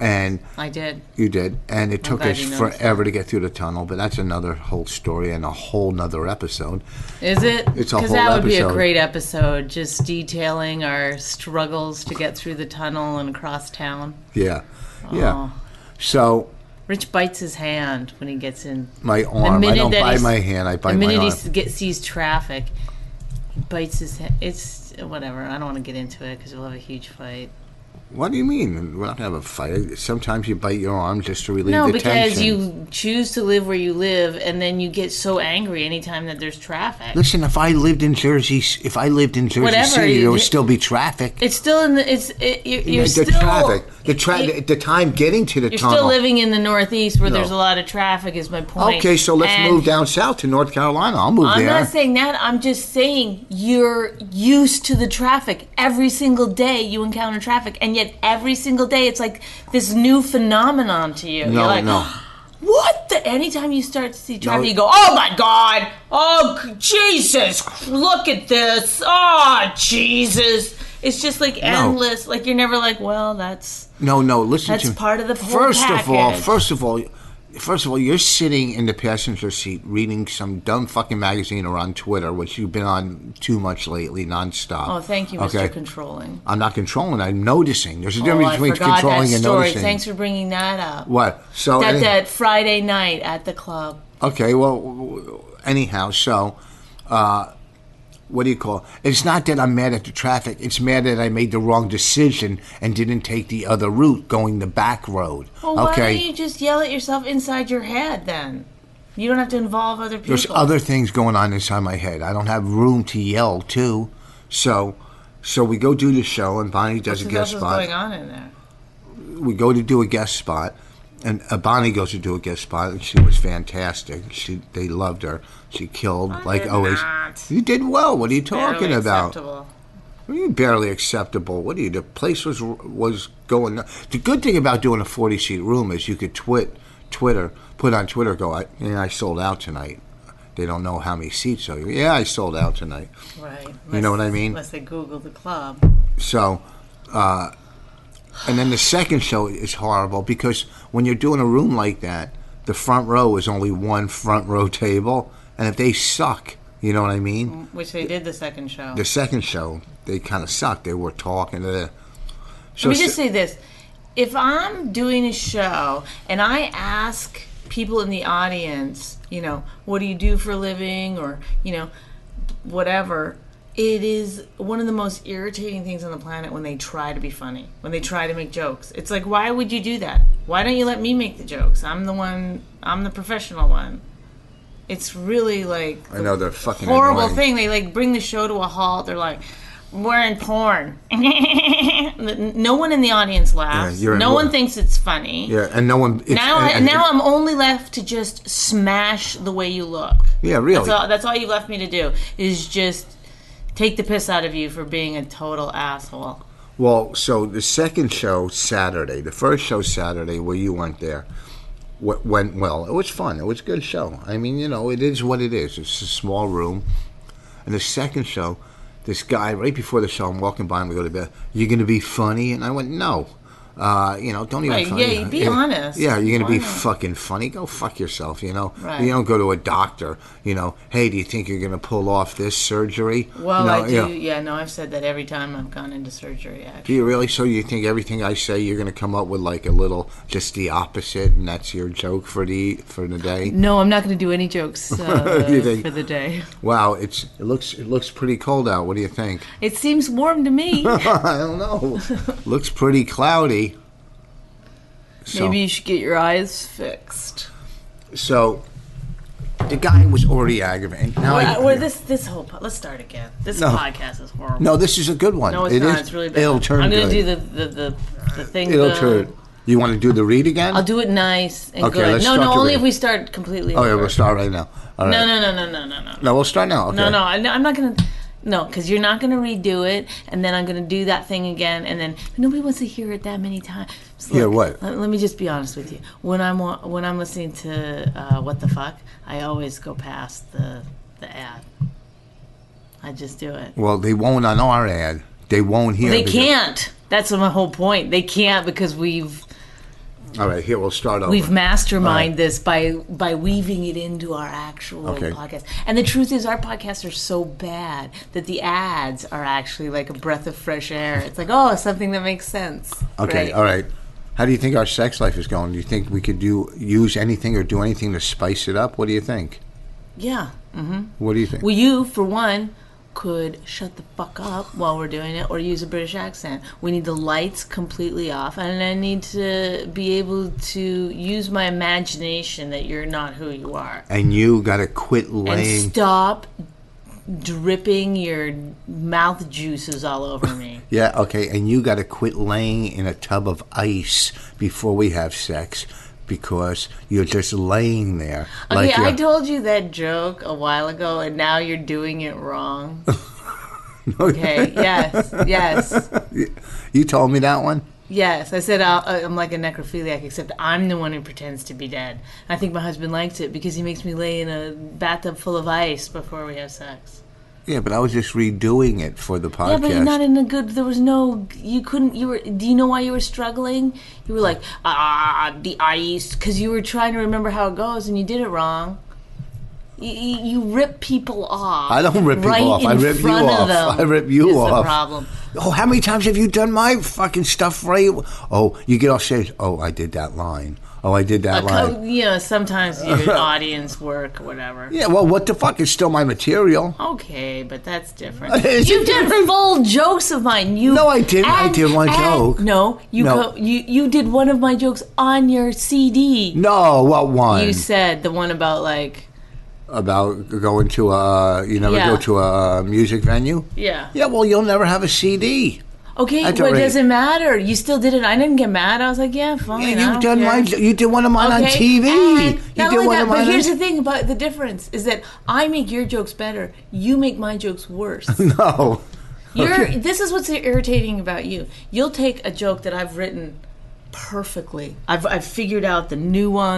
[SPEAKER 2] and
[SPEAKER 1] I did.
[SPEAKER 2] you did, and it took
[SPEAKER 1] glad
[SPEAKER 2] us
[SPEAKER 1] you noticed
[SPEAKER 2] forever to get through the tunnel. But that's another whole story and a whole nother episode.
[SPEAKER 1] Is it?
[SPEAKER 2] It's a whole
[SPEAKER 1] Because that would be a
[SPEAKER 2] episode.
[SPEAKER 1] great episode, just detailing our struggles to get through the tunnel and across town.
[SPEAKER 2] Yeah, yeah. So
[SPEAKER 1] Rich bites his hand when he gets in.
[SPEAKER 2] my
[SPEAKER 1] The
[SPEAKER 2] arm. I
[SPEAKER 1] minute
[SPEAKER 2] don't
[SPEAKER 1] that
[SPEAKER 2] bite
[SPEAKER 1] he-
[SPEAKER 2] my hand. I bite
[SPEAKER 1] the
[SPEAKER 2] my
[SPEAKER 1] minute he
[SPEAKER 2] arm.
[SPEAKER 1] s- get, sees traffic, he bites his hand. It's whatever. I don't want to get into it because we'll have a huge fight.
[SPEAKER 2] What do you mean? We're not gonna have a fight. Sometimes you bite your arm just to relieve
[SPEAKER 1] No,
[SPEAKER 2] the
[SPEAKER 1] because
[SPEAKER 2] tension.
[SPEAKER 1] you choose to live where you live, and then you get so angry anytime that there's traffic.
[SPEAKER 2] Listen, if I lived in Jersey, if I lived in Jersey
[SPEAKER 1] Whatever,
[SPEAKER 2] City,
[SPEAKER 1] you
[SPEAKER 2] there would
[SPEAKER 1] did-
[SPEAKER 2] still be traffic.
[SPEAKER 1] It's still in the. It's it, you're, you're
[SPEAKER 2] the
[SPEAKER 1] still
[SPEAKER 2] traffic, the tra-
[SPEAKER 1] you-
[SPEAKER 2] the time getting to the
[SPEAKER 1] You're
[SPEAKER 2] tunnel.
[SPEAKER 1] still living in the Northeast where
[SPEAKER 2] No.
[SPEAKER 1] there's a lot of traffic. Is my point.
[SPEAKER 2] okay, so let's
[SPEAKER 1] And
[SPEAKER 2] move down south to North Carolina. I'll move
[SPEAKER 1] I'm
[SPEAKER 2] there.
[SPEAKER 1] not saying that. I'm just saying you're used to the traffic. Every single day you encounter traffic, and yet every single day it's like this new phenomenon to you.
[SPEAKER 2] no,
[SPEAKER 1] you're like,
[SPEAKER 2] no.
[SPEAKER 1] What the? Anytime you start to see traffic, you go, oh my God! Oh, c- Jesus! Look at this! Oh, Jesus! It's just like endless. Like, you're never like, well, that's.
[SPEAKER 2] No, no. Listen
[SPEAKER 1] That's
[SPEAKER 2] to me.
[SPEAKER 1] part of the whole
[SPEAKER 2] First of all,
[SPEAKER 1] package.
[SPEAKER 2] first of all, first of all, you're sitting in the passenger seat reading some dumb fucking magazine or on Twitter, which you've been on too much lately, nonstop.
[SPEAKER 1] Oh, thank you, Mr.
[SPEAKER 2] Okay.
[SPEAKER 1] Controlling.
[SPEAKER 2] I'm not controlling. I'm noticing. There's a
[SPEAKER 1] Oh,
[SPEAKER 2] difference
[SPEAKER 1] I
[SPEAKER 2] between
[SPEAKER 1] forgot
[SPEAKER 2] controlling
[SPEAKER 1] that
[SPEAKER 2] and
[SPEAKER 1] story.
[SPEAKER 2] noticing.
[SPEAKER 1] Thanks for bringing that up.
[SPEAKER 2] What? So
[SPEAKER 1] That,
[SPEAKER 2] any-
[SPEAKER 1] that Friday night at the club.
[SPEAKER 2] Okay, well, w- w- anyhow, so, uh, what do you call It's not that I'm mad at the traffic. It's mad that I made the wrong decision and didn't take the other route going the back road.
[SPEAKER 1] Well, Oh, why
[SPEAKER 2] okay.
[SPEAKER 1] don't you just yell at yourself inside your head then? You don't have to involve other people.
[SPEAKER 2] There's other things going on inside my head. I don't have room to yell, too. So, so we go do the show, and Bonnie does a
[SPEAKER 1] What else
[SPEAKER 2] guest
[SPEAKER 1] is
[SPEAKER 2] spot.
[SPEAKER 1] going on in there?
[SPEAKER 2] we go to do a guest spot, and uh, Bonnie goes to do a guest spot, and she was fantastic. She they loved her. She killed like
[SPEAKER 1] did
[SPEAKER 2] always.
[SPEAKER 1] not.
[SPEAKER 2] You did well. What are you talking
[SPEAKER 1] Barely
[SPEAKER 2] about?
[SPEAKER 1] acceptable.
[SPEAKER 2] What do you mean barely acceptable? What do you? The place was was going. The good thing about doing a forty seat room is you could twit Twitter, put on Twitter, go, I, yeah, I sold out tonight. They don't know how many seats are. Yeah, I sold out tonight.
[SPEAKER 1] Right.
[SPEAKER 2] You know what I
[SPEAKER 1] Unless-
[SPEAKER 2] mean?
[SPEAKER 1] Unless they Google the club.
[SPEAKER 2] So, uh, And then the second show is horrible because when you're doing a room like that, the front row is only one front row table, and if they suck, you know what I mean.
[SPEAKER 1] Which they did the second show.
[SPEAKER 2] The second show, they kind of sucked. They were talking to the. So
[SPEAKER 1] Let me just say this. If I'm doing a show and I ask people in the audience, you know, what do you do for a living or, you know, whatever, it is one of the most irritating things on the planet when they try to be funny, when they try to make jokes. It's like, why would you do that? Why don't you let me make the jokes? I'm the one, I'm the professional one. It's really like
[SPEAKER 2] I know they're fucking
[SPEAKER 1] horrible
[SPEAKER 2] annoying.
[SPEAKER 1] thing. They like bring the show to a halt. They're like, we're in porn. no one in the audience laughs.
[SPEAKER 2] Yeah, you're in
[SPEAKER 1] no
[SPEAKER 2] porn.
[SPEAKER 1] one thinks it's funny.
[SPEAKER 2] Yeah, and no one. It's,
[SPEAKER 1] Now,
[SPEAKER 2] and,
[SPEAKER 1] I,
[SPEAKER 2] and-
[SPEAKER 1] now I'm only left to just smash the way you look.
[SPEAKER 2] Yeah, really.
[SPEAKER 1] That's all, that's all you've left me to do is just take the piss out of you for being a total asshole.
[SPEAKER 2] Well, so the second show Saturday, the first show Saturday where you weren't there, w- went well. It was fun. It was a good show. I mean, you know, it is what it is. It's a small room, and the second show, this guy right before the show, I'm walking by and we go to bed. You're going to be funny, and I went no. Uh, you know, don't even.
[SPEAKER 1] Right,
[SPEAKER 2] funny.
[SPEAKER 1] yeah, be honest.
[SPEAKER 2] Yeah, you're gonna be
[SPEAKER 1] Why not?
[SPEAKER 2] fucking funny. Go fuck yourself. You know,
[SPEAKER 1] Right.
[SPEAKER 2] you don't go to a doctor. You know, hey, do you think you're gonna pull off this surgery?
[SPEAKER 1] Well,
[SPEAKER 2] No,
[SPEAKER 1] I do.
[SPEAKER 2] you know.
[SPEAKER 1] yeah, no, I've said that every time I've gone into surgery. Actually.
[SPEAKER 2] Do you really? So you think everything I say, you're going to come up with like a little, just the opposite, and that's your joke for the for the day?
[SPEAKER 1] No, I'm not going to do any jokes
[SPEAKER 2] You
[SPEAKER 1] uh,
[SPEAKER 2] think-
[SPEAKER 1] for the day.
[SPEAKER 2] Wow, it's it looks it looks pretty cold out. What do you think?
[SPEAKER 1] It seems warm to me.
[SPEAKER 2] I don't know. looks pretty cloudy. So,
[SPEAKER 1] Maybe you should get your eyes fixed.
[SPEAKER 2] so the guy was already aggravating. Now I-
[SPEAKER 1] Well, well, this this whole po- let's start again. This
[SPEAKER 2] No.
[SPEAKER 1] podcast is horrible.
[SPEAKER 2] no, this is a good one.
[SPEAKER 1] No, it's
[SPEAKER 2] It
[SPEAKER 1] not.
[SPEAKER 2] is-
[SPEAKER 1] it's really bad.
[SPEAKER 2] It'll turn
[SPEAKER 1] I'm gonna
[SPEAKER 2] good.
[SPEAKER 1] do the the, the, the thing.
[SPEAKER 2] It'll
[SPEAKER 1] the-
[SPEAKER 2] turn. You want to do the read again?
[SPEAKER 1] I'll do it nice and
[SPEAKER 2] Okay,
[SPEAKER 1] good.
[SPEAKER 2] let's
[SPEAKER 1] no,
[SPEAKER 2] start
[SPEAKER 1] no,
[SPEAKER 2] the
[SPEAKER 1] only
[SPEAKER 2] read.
[SPEAKER 1] if we start completely.
[SPEAKER 2] Oh, yeah,
[SPEAKER 1] over.
[SPEAKER 2] we'll start right now. All right.
[SPEAKER 1] No, no, no, no, no, no, no.
[SPEAKER 2] No, we'll start now. Okay.
[SPEAKER 1] No, no, I, I'm not gonna. No, because you're not gonna redo it, and then I'm gonna do that thing again, and then nobody wants to hear it that many times. So
[SPEAKER 2] Hear
[SPEAKER 1] look,
[SPEAKER 2] what?
[SPEAKER 1] Let, let me just be honest with you. When I'm wa- when I'm listening to uh, what the fuck, I always go past the the ad. I just do it.
[SPEAKER 2] Well, they won't on our ad. They won't hear.
[SPEAKER 1] They
[SPEAKER 2] because-
[SPEAKER 1] can't. That's my whole point. They can't because we've
[SPEAKER 2] All right, here we'll start over.
[SPEAKER 1] We've masterminded
[SPEAKER 2] Alright.
[SPEAKER 1] this by by weaving it into our actual
[SPEAKER 2] Okay.
[SPEAKER 1] podcast. And the truth is, our podcasts are so bad that the ads are actually like a breath of fresh air. It's like, oh, something that makes sense.
[SPEAKER 2] Okay,
[SPEAKER 1] Great.
[SPEAKER 2] all right. How do you think our sex life is going? Do you think we could do use anything or do anything to spice it up? What do you think?
[SPEAKER 1] Yeah.
[SPEAKER 2] What do you think?
[SPEAKER 1] Well, you, for one, could shut the fuck up while we're doing it, or use a British accent. We need the lights completely off, and I need to be able to use my imagination that you're not who you are.
[SPEAKER 2] and you got to quit
[SPEAKER 1] and
[SPEAKER 2] laying.
[SPEAKER 1] stop dripping your mouth juices all over me.
[SPEAKER 2] yeah, okay. And you got to quit laying in a tub of ice before we have sex because you're just laying there.
[SPEAKER 1] okay, I
[SPEAKER 2] you're-
[SPEAKER 1] told you that joke a while ago, and now you're doing it wrong. Okay, yes, yes,
[SPEAKER 2] You told me that one?
[SPEAKER 1] yes. I said I'll, uh, I'm like a necrophiliac, except I'm the one who pretends to be dead. I think my husband likes it because he makes me lay in a bathtub full of ice before we have sex.
[SPEAKER 2] Yeah, but I was just redoing it for the
[SPEAKER 1] Yeah,
[SPEAKER 2] podcast.
[SPEAKER 1] but not in a good. There was no. You couldn't. You were. Do you know why you were struggling? You were like, ah, the ice, because you were trying to remember how it goes, and you did it wrong. You, you you rip people off.
[SPEAKER 2] I don't rip people
[SPEAKER 1] right
[SPEAKER 2] off.
[SPEAKER 1] In
[SPEAKER 2] I rip you
[SPEAKER 1] front of
[SPEAKER 2] off.
[SPEAKER 1] them
[SPEAKER 2] I rip you
[SPEAKER 1] is The
[SPEAKER 2] off.
[SPEAKER 1] problem.
[SPEAKER 2] Oh, how many times have you done my fucking stuff right? Oh, you get off stage. Oh, I did that line. Oh, I did that line.
[SPEAKER 1] Co- you know, sometimes your audience work, or whatever.
[SPEAKER 2] Yeah, well, what the fuck? It's still my material.
[SPEAKER 1] Okay, but that's different.
[SPEAKER 2] It's
[SPEAKER 1] you did full jokes of mine. You
[SPEAKER 2] No, I didn't. I did one joke.
[SPEAKER 1] No, you
[SPEAKER 2] No.
[SPEAKER 1] Go, you you did one of my jokes on your CD.
[SPEAKER 2] No, what one?
[SPEAKER 1] You said the one about like
[SPEAKER 2] About going to a, you never
[SPEAKER 1] Yeah.
[SPEAKER 2] go to a music venue?
[SPEAKER 1] yeah.
[SPEAKER 2] Yeah, well, you'll never have a CD.
[SPEAKER 1] Okay,
[SPEAKER 2] That's
[SPEAKER 1] but
[SPEAKER 2] all
[SPEAKER 1] it
[SPEAKER 2] right.
[SPEAKER 1] doesn't matter. You still did it. I didn't get mad. I was like, yeah, fine.
[SPEAKER 2] Yeah,
[SPEAKER 1] I
[SPEAKER 2] you've
[SPEAKER 1] don't
[SPEAKER 2] done
[SPEAKER 1] care.
[SPEAKER 2] my, you did one of mine on
[SPEAKER 1] Okay,
[SPEAKER 2] TV.
[SPEAKER 1] and
[SPEAKER 2] you
[SPEAKER 1] not
[SPEAKER 2] did
[SPEAKER 1] only
[SPEAKER 2] one
[SPEAKER 1] that,
[SPEAKER 2] of mine
[SPEAKER 1] but
[SPEAKER 2] on-
[SPEAKER 1] here's the thing about the difference is that I make your jokes better. You make my jokes worse.
[SPEAKER 2] No.
[SPEAKER 1] You're this is what's irritating about you. You'll take a joke that I've written perfectly. I've I've figured out the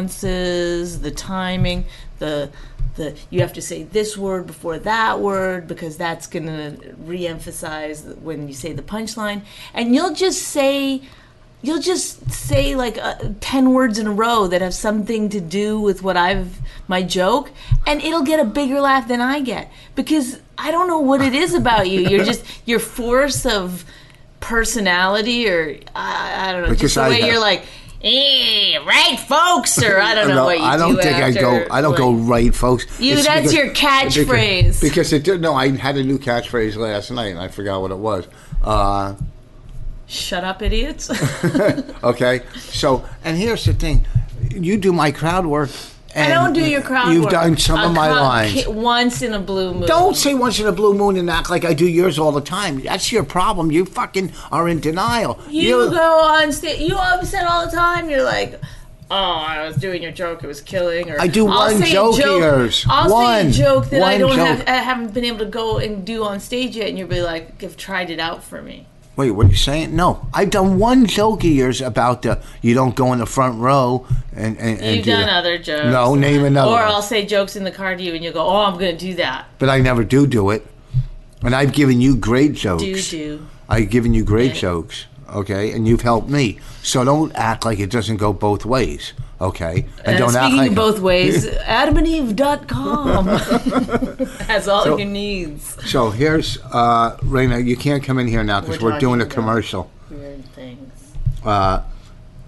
[SPEAKER 1] nuances, the timing, the the you have to say this word before that word because that's going to re-emphasize when you say the punchline and you'll just say you'll just say like uh, 10 words in a row that have something to do with what I've my joke and it'll get a bigger laugh than I get because I don't know what it is about you you're just your force of personality or I, I don't know
[SPEAKER 2] Because
[SPEAKER 1] just the
[SPEAKER 2] I
[SPEAKER 1] way
[SPEAKER 2] have-
[SPEAKER 1] you're like Eh, right, folks, or I don't know
[SPEAKER 2] No,
[SPEAKER 1] what you
[SPEAKER 2] I don't
[SPEAKER 1] do
[SPEAKER 2] think I go.
[SPEAKER 1] after,
[SPEAKER 2] I don't go
[SPEAKER 1] like-
[SPEAKER 2] right, folks.
[SPEAKER 1] You- that's your catchphrase.
[SPEAKER 2] Because, because it did. No, I had a new catchphrase last night, and I forgot what it was. Uh,
[SPEAKER 1] Shut up, idiots!
[SPEAKER 2] okay, so and here's the thing: you do my crowd work.
[SPEAKER 1] I
[SPEAKER 2] And
[SPEAKER 1] don't do your crowd
[SPEAKER 2] You've
[SPEAKER 1] work.
[SPEAKER 2] done some
[SPEAKER 1] I'll
[SPEAKER 2] of my
[SPEAKER 1] come
[SPEAKER 2] lines.
[SPEAKER 1] ki- Once in a blue moon.
[SPEAKER 2] Don't say once in a blue moon and act like I do yours all the time. That's your problem. You fucking are in denial.
[SPEAKER 1] You go on stage. You upset all the time. You're like, oh, I was doing your joke. It was killing. Or
[SPEAKER 2] I do
[SPEAKER 1] "I'll
[SPEAKER 2] one
[SPEAKER 1] say a
[SPEAKER 2] joke
[SPEAKER 1] joke
[SPEAKER 2] ears.
[SPEAKER 1] I'll say
[SPEAKER 2] One.
[SPEAKER 1] a joke that I
[SPEAKER 2] One
[SPEAKER 1] don't have.
[SPEAKER 2] joke.
[SPEAKER 1] I haven't been able to go and do on stage yet. And you'll be like, you've tried it out for me.
[SPEAKER 2] Wait, what are you saying? No, I've done one joke of yours about the you don't go in the front row and and, and
[SPEAKER 1] You've
[SPEAKER 2] do
[SPEAKER 1] done
[SPEAKER 2] that.
[SPEAKER 1] other jokes.
[SPEAKER 2] No, name another.
[SPEAKER 1] Or
[SPEAKER 2] one.
[SPEAKER 1] I'll say jokes in the car to you, and you'll go, oh, I'm going to do that.
[SPEAKER 2] but I never do do it. And I've given you great jokes.
[SPEAKER 1] Do do.
[SPEAKER 2] I've given you great
[SPEAKER 1] Yeah.
[SPEAKER 2] jokes, okay, and you've helped me. So don't act like it doesn't go both ways, okay? And,
[SPEAKER 1] And
[SPEAKER 2] don't act
[SPEAKER 1] Uh, speaking
[SPEAKER 2] like
[SPEAKER 1] both ways, adamandeve.com has all your needs.
[SPEAKER 2] So here's uh, Raina. You can't come in here now because
[SPEAKER 1] We're
[SPEAKER 2] we're, doing a
[SPEAKER 1] talking about-
[SPEAKER 2] commercial.
[SPEAKER 1] Weird things.
[SPEAKER 2] Uh,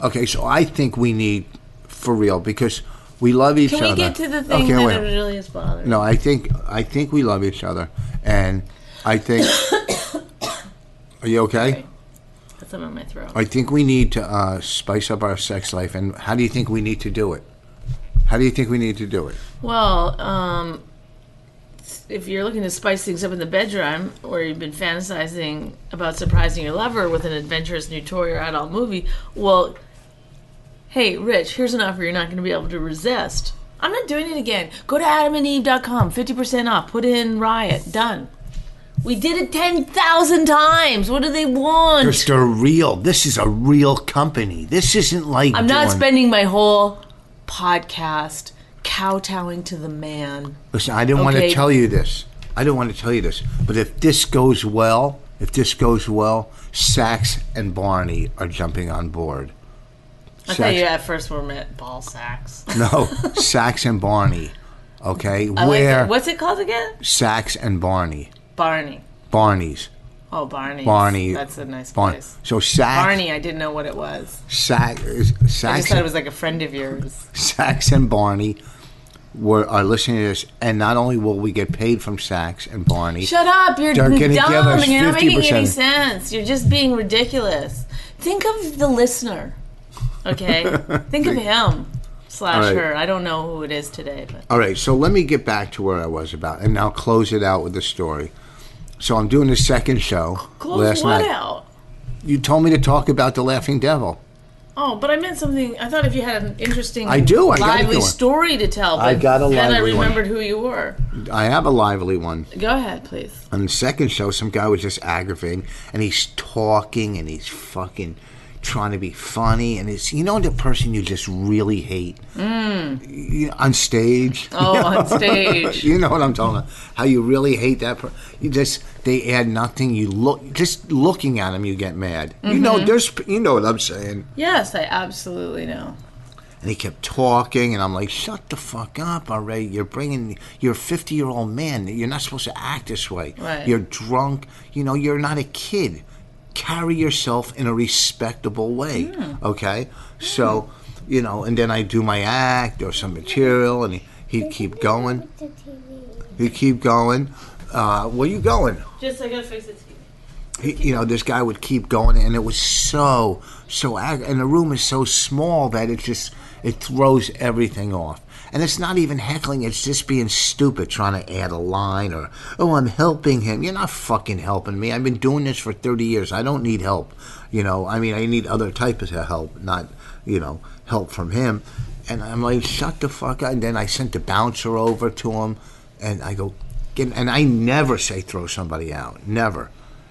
[SPEAKER 2] Okay, so I think we need for real because we love each
[SPEAKER 1] Can
[SPEAKER 2] other.
[SPEAKER 1] we get to the thing
[SPEAKER 2] Okay, wait.
[SPEAKER 1] that really is bothering?
[SPEAKER 2] No, I think I think we love each other, and I think. are you okay?
[SPEAKER 1] That's something in my throat.
[SPEAKER 2] I think we need to uh, spice up our sex life, and how do you think we need to do it? How do you think we need to do it?
[SPEAKER 1] Well, um, if you're looking to spice things up in the bedroom, or you've been fantasizing about surprising your lover with an adventurous new toy or adult movie, well, hey, Rich, here's an offer you're not going to be able to resist. I'm not doing it again. Go to adamandeve.com, 50% off. Put in riot. Done. We did it 10,000 times. What do they want?
[SPEAKER 2] Because they're real. This is a real company. This isn't like
[SPEAKER 1] I'm not
[SPEAKER 2] doing-
[SPEAKER 1] spending my whole podcast kowtowing to the man.
[SPEAKER 2] Listen, I didn't want to
[SPEAKER 1] Okay.
[SPEAKER 2] tell you this. I didn't want to tell you this. But if this goes well, if this goes well, Sax and Barney are jumping on board.
[SPEAKER 1] I thought you at first were meant ball sacks.
[SPEAKER 2] No, Sax and Barney. Okay,
[SPEAKER 1] I like
[SPEAKER 2] where
[SPEAKER 1] that. What's it called again?
[SPEAKER 2] Sax and Barney,
[SPEAKER 1] Barney.
[SPEAKER 2] Barney's,
[SPEAKER 1] Oh, Barney.
[SPEAKER 2] Barney.
[SPEAKER 1] That's a nice
[SPEAKER 2] Barn-
[SPEAKER 1] place.
[SPEAKER 2] So Sax,
[SPEAKER 1] Barney, I didn't know what it was.
[SPEAKER 2] Sax,
[SPEAKER 1] I
[SPEAKER 2] Sax,
[SPEAKER 1] just thought it was like a friend of yours.
[SPEAKER 2] Sax and Barney were are listening to this, and not only will we get paid from Sax and Barney,
[SPEAKER 1] Shut up! You're
[SPEAKER 2] They're
[SPEAKER 1] dumb
[SPEAKER 2] gonna give us
[SPEAKER 1] and you're not making any
[SPEAKER 2] 50%.
[SPEAKER 1] sense. You're just being ridiculous. Think of the listener. Okay? Think of him slash
[SPEAKER 2] All right.
[SPEAKER 1] her. I don't know who it is today, but
[SPEAKER 2] All right, so let me get back to where I was about, and now close it out with the story. So I'm doing the second show
[SPEAKER 1] close
[SPEAKER 2] last
[SPEAKER 1] what
[SPEAKER 2] night.
[SPEAKER 1] out?
[SPEAKER 2] You told me to talk about the Laughing Devil.
[SPEAKER 1] Oh, but I meant something. I thought if you had an interesting,
[SPEAKER 2] I do, I got a
[SPEAKER 1] lively
[SPEAKER 2] good one.
[SPEAKER 1] story to tell. But
[SPEAKER 2] I got a
[SPEAKER 1] Then I
[SPEAKER 2] lively one.
[SPEAKER 1] remembered who you were.
[SPEAKER 2] I have a lively one.
[SPEAKER 1] Go ahead, please.
[SPEAKER 2] On the second show, some guy was just aggravating, and he's talking, and he's fucking trying to be funny, and it's you know the person you just really hate You- on stage.
[SPEAKER 1] Mm. Oh, on stage.
[SPEAKER 2] You know what I'm talking about? How you really hate that person. You just they add nothing. You look just looking at them, you get mad. You know there's you know what I'm saying.
[SPEAKER 1] Yes, I absolutely know.
[SPEAKER 2] And he kept talking, and I'm like, shut the fuck up already. You're bringing you're a 50 year old man. You're not supposed to act this way.
[SPEAKER 1] Right.
[SPEAKER 2] You're drunk. You know you're not a kid. Carry yourself in a respectable way. Okay, so you know, and then I do my act or some material, and he, he'd keep going. You keep going. Uh, where you going?
[SPEAKER 1] Just I gotta fix it.
[SPEAKER 2] He, you know, this guy would keep going, and it was so so. Ag- and the room is so small that it just it throws everything off. And it's not even heckling; it's just being stupid, trying to add a line or oh, I'm helping him. You're not fucking helping me. I've been doing this for thirty years. I don't need help. You know, I mean, I need other types of help, not you know help from him. And I'm like, shut the fuck up. And then I sent the bouncer over to him, and I go. And and I never say throw somebody out. Never.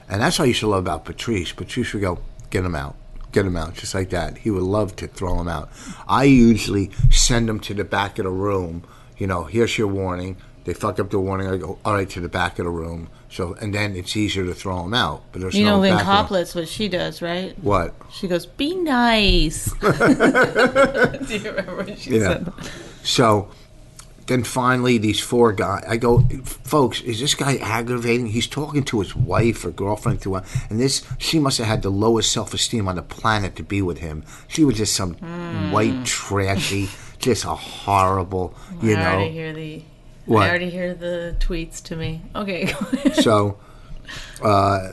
[SPEAKER 2] And that's what I used to love about Patrice. Patrice would go, get him out, get him out, just like that. He would love to throw him out. I usually send him to the back of the room. You know, here's your warning. They fuck up the warning. I go all right to the back of the room. So and then it's easier to throw them out. But there's
[SPEAKER 1] You
[SPEAKER 2] no
[SPEAKER 1] know, Lynn
[SPEAKER 2] back room.
[SPEAKER 1] Coplett's what she does, right?
[SPEAKER 2] What?
[SPEAKER 1] She goes, "Be nice." Do you remember what she
[SPEAKER 2] Yeah.
[SPEAKER 1] said?
[SPEAKER 2] So then finally, these four guys, I go, folks, is this guy aggravating? He's talking to his wife or girlfriend throughout, and this she must have had the lowest self esteem on the planet to be with him. She was just some
[SPEAKER 1] Hmm.
[SPEAKER 2] white trashy, just a horrible, you
[SPEAKER 1] I already
[SPEAKER 2] know.
[SPEAKER 1] hear the.
[SPEAKER 2] What?
[SPEAKER 1] I already hear the tweets to me. Okay.
[SPEAKER 2] So, uh,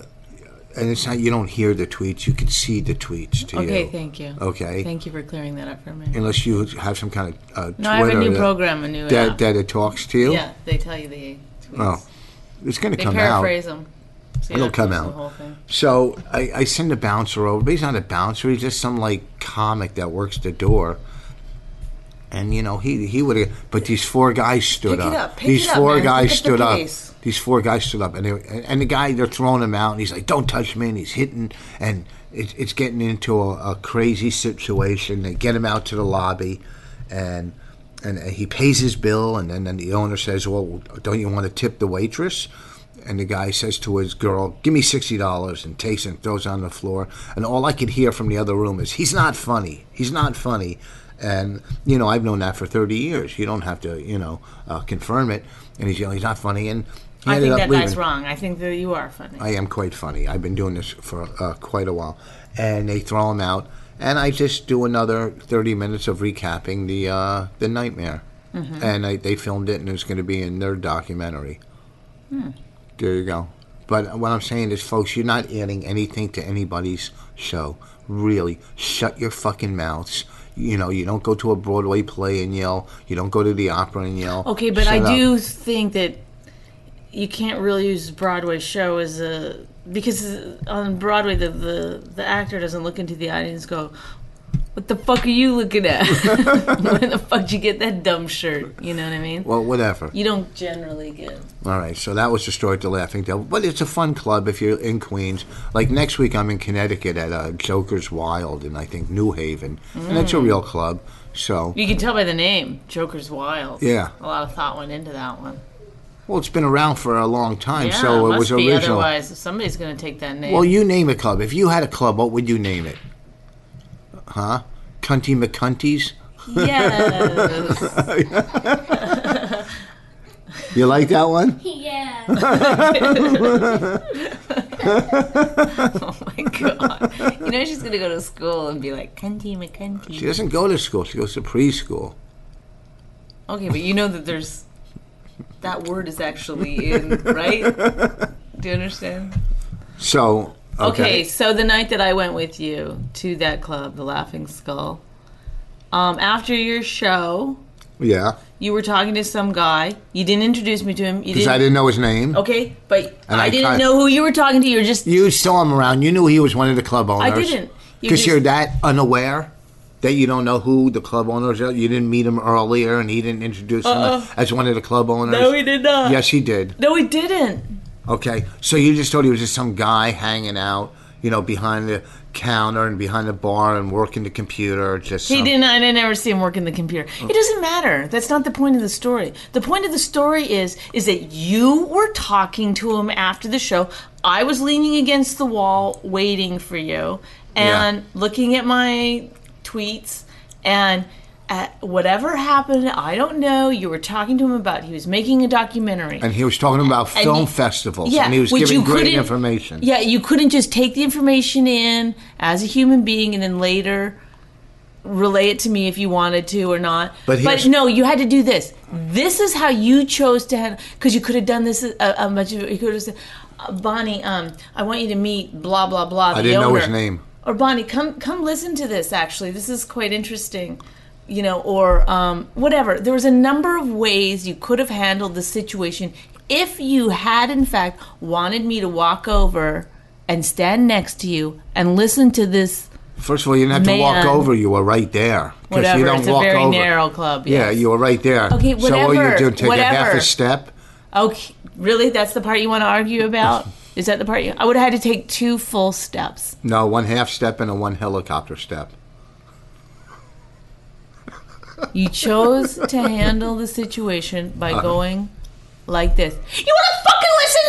[SPEAKER 2] and it's not you don't hear the tweets, you can see the tweets to you.
[SPEAKER 1] okay. Thank you.
[SPEAKER 2] Okay.
[SPEAKER 1] Thank you for clearing that up for me.
[SPEAKER 2] Unless you have some kind of uh, Twitter
[SPEAKER 1] No, I have a new
[SPEAKER 2] that,
[SPEAKER 1] program, a new
[SPEAKER 2] that
[SPEAKER 1] app.
[SPEAKER 2] that it talks to you.
[SPEAKER 1] yeah, they tell you the tweets.
[SPEAKER 2] Oh, it's going to
[SPEAKER 1] They
[SPEAKER 2] come out.
[SPEAKER 1] paraphrase them. So you
[SPEAKER 2] It'll
[SPEAKER 1] don't
[SPEAKER 2] come
[SPEAKER 1] listen to
[SPEAKER 2] out.
[SPEAKER 1] The whole thing.
[SPEAKER 2] So I, I send a bouncer over, but he's not a bouncer. He's just some like comic that works the door. And you know he he would have, but these four guys stood
[SPEAKER 1] Pick it up, pick
[SPEAKER 2] these
[SPEAKER 1] it up,
[SPEAKER 2] four
[SPEAKER 1] man,
[SPEAKER 2] guys
[SPEAKER 1] pick up the
[SPEAKER 2] stood up.
[SPEAKER 1] pace.
[SPEAKER 2] These four guys stood up, and they, and and the guy they're throwing him out, and he's like, "Don't touch me!" And he's hitting, and it, it's getting into a, a crazy situation. They get him out to the lobby, and and he pays his bill, and then, then the owner says, "Well, don't you want to tip the waitress?" And the guy says to his girl, "Give me sixty dollars," and takes it and throws it on the floor. And all I could hear from the other room is, "He's not funny. He's not funny." And you know, I've known that for thirty years. You don't have to, you know, uh, confirm it. And he's yelling, "He's not funny." And he
[SPEAKER 1] I
[SPEAKER 2] ended
[SPEAKER 1] think
[SPEAKER 2] up
[SPEAKER 1] that
[SPEAKER 2] leaving.
[SPEAKER 1] guy's wrong. I think that you are funny.
[SPEAKER 2] I am quite funny. I've been doing this for uh, quite a while, and they throw him out, and I just do another thirty minutes of recapping the uh, the nightmare,
[SPEAKER 1] Mm-hmm.
[SPEAKER 2] and I, they filmed it, and it's going to be in their documentary.
[SPEAKER 1] Hmm.
[SPEAKER 2] There you go. But what I'm saying is, folks, you're not adding anything to anybody's show. Really, shut your fucking mouths. You know, you don't go to a Broadway play and yell. You don't go to the opera and yell.
[SPEAKER 1] Okay, but
[SPEAKER 2] Shut
[SPEAKER 1] I
[SPEAKER 2] up.
[SPEAKER 1] do think that you can't really use Broadway show as a because on Broadway the the, the actor doesn't look into the audience and go, "What the fuck are you looking at? Where the fuck did you get that dumb shirt?" You know what I mean?
[SPEAKER 2] Well, whatever.
[SPEAKER 1] you don't generally get.
[SPEAKER 2] All right, so that was the story at the Laughing Devil. But it's a fun club if you're in Queens. Like next week, I'm in Connecticut at uh, Joker's Wild in I think New Haven, and it's a real club. So
[SPEAKER 1] Mm. You can tell by the name, Joker's Wild.
[SPEAKER 2] Yeah.
[SPEAKER 1] a lot of thought went into that one.
[SPEAKER 2] well, it's been around for a long time,
[SPEAKER 1] Yeah,
[SPEAKER 2] so it
[SPEAKER 1] must
[SPEAKER 2] was
[SPEAKER 1] be,
[SPEAKER 2] original.
[SPEAKER 1] Otherwise, somebody's going to take that name.
[SPEAKER 2] Well, you name a club. If you had a club, what would you name it? Huh? Cunty McCunties?
[SPEAKER 1] yes.
[SPEAKER 2] You like that one?
[SPEAKER 3] Yeah.
[SPEAKER 1] oh my god! You know she's going to go to school and be like, "Cunty McCunty."
[SPEAKER 2] She doesn't go to school. She goes to preschool.
[SPEAKER 1] Okay, but you know that there's that word is actually in, right? Do you understand?
[SPEAKER 2] So
[SPEAKER 1] Okay.
[SPEAKER 2] okay.
[SPEAKER 1] so the night that I went with you to that club, the Laughing Skull, um, after your show,
[SPEAKER 2] Yeah,
[SPEAKER 1] you were talking to some guy. You didn't introduce me to him. You
[SPEAKER 2] because
[SPEAKER 1] didn't.
[SPEAKER 2] I didn't know his name.
[SPEAKER 1] okay, but
[SPEAKER 2] And
[SPEAKER 1] I,
[SPEAKER 2] I
[SPEAKER 1] didn't
[SPEAKER 2] kind-
[SPEAKER 1] know who you were talking to. You were just.
[SPEAKER 2] You saw him around. You knew he was one of the club owners.
[SPEAKER 1] I didn't. You
[SPEAKER 2] Because
[SPEAKER 1] just-
[SPEAKER 2] you're that unaware that you don't know who the club owners are. You didn't meet him earlier, and he didn't introduce
[SPEAKER 1] Uh-uh.
[SPEAKER 2] him as one of the club owners.
[SPEAKER 1] No, he did not.
[SPEAKER 2] Yes, he did.
[SPEAKER 1] No, he didn't.
[SPEAKER 2] Okay, so you just thought he was just some guy hanging out, you know, behind the counter and behind the bar and working the computer. Just
[SPEAKER 1] He
[SPEAKER 2] some-
[SPEAKER 1] didn't. I didn't ever see him working the computer. It doesn't matter. That's not the point of the story. The point of the story is is that you were talking to him after the show. I was leaning against the wall waiting for you and
[SPEAKER 2] Yeah.
[SPEAKER 1] looking at my tweets and at whatever happened, I don't know. You were talking to him about he was making a documentary.
[SPEAKER 2] And he was talking about
[SPEAKER 1] And
[SPEAKER 2] film
[SPEAKER 1] he-
[SPEAKER 2] festivals,
[SPEAKER 1] yeah,
[SPEAKER 2] and he was
[SPEAKER 1] which
[SPEAKER 2] giving
[SPEAKER 1] you
[SPEAKER 2] great
[SPEAKER 1] couldn't-
[SPEAKER 2] information.
[SPEAKER 1] Yeah, you couldn't just take the information in as a human being and then later relay it to me if you wanted to or not.
[SPEAKER 2] But here's-
[SPEAKER 1] no, you had to do this. This is how you chose to handle because you could have done this a, a much. You could have said, "Uh, Bonnie, um, I want you to meet blah blah blah. The
[SPEAKER 2] I didn't know his
[SPEAKER 1] owner."
[SPEAKER 2] name.
[SPEAKER 1] Or Bonnie, come come listen to this. Actually, this is quite interesting. You know, or um, whatever. There was a number of ways you could have handled the situation if you had, in fact, wanted me to walk over and stand next to you and listen to this.
[SPEAKER 2] First of all, you didn't have to walk
[SPEAKER 1] Man.
[SPEAKER 2] over. You were right there. 'Cause
[SPEAKER 1] Whatever.
[SPEAKER 2] You don't
[SPEAKER 1] it's a
[SPEAKER 2] walk
[SPEAKER 1] very
[SPEAKER 2] over.
[SPEAKER 1] narrow club.
[SPEAKER 2] Yeah,
[SPEAKER 1] yes.
[SPEAKER 2] you were right there.
[SPEAKER 1] Okay,
[SPEAKER 2] So what you
[SPEAKER 1] whatever,
[SPEAKER 2] do? Take a half
[SPEAKER 1] whatever.
[SPEAKER 2] a step.
[SPEAKER 1] Okay, really? That's the part you want to argue about? Is that the part you? I would have had to take two full steps.
[SPEAKER 2] No, one half step and a one helicopter step. Uh-huh.
[SPEAKER 1] You chose to handle the situation by going like this. You want to fucking listen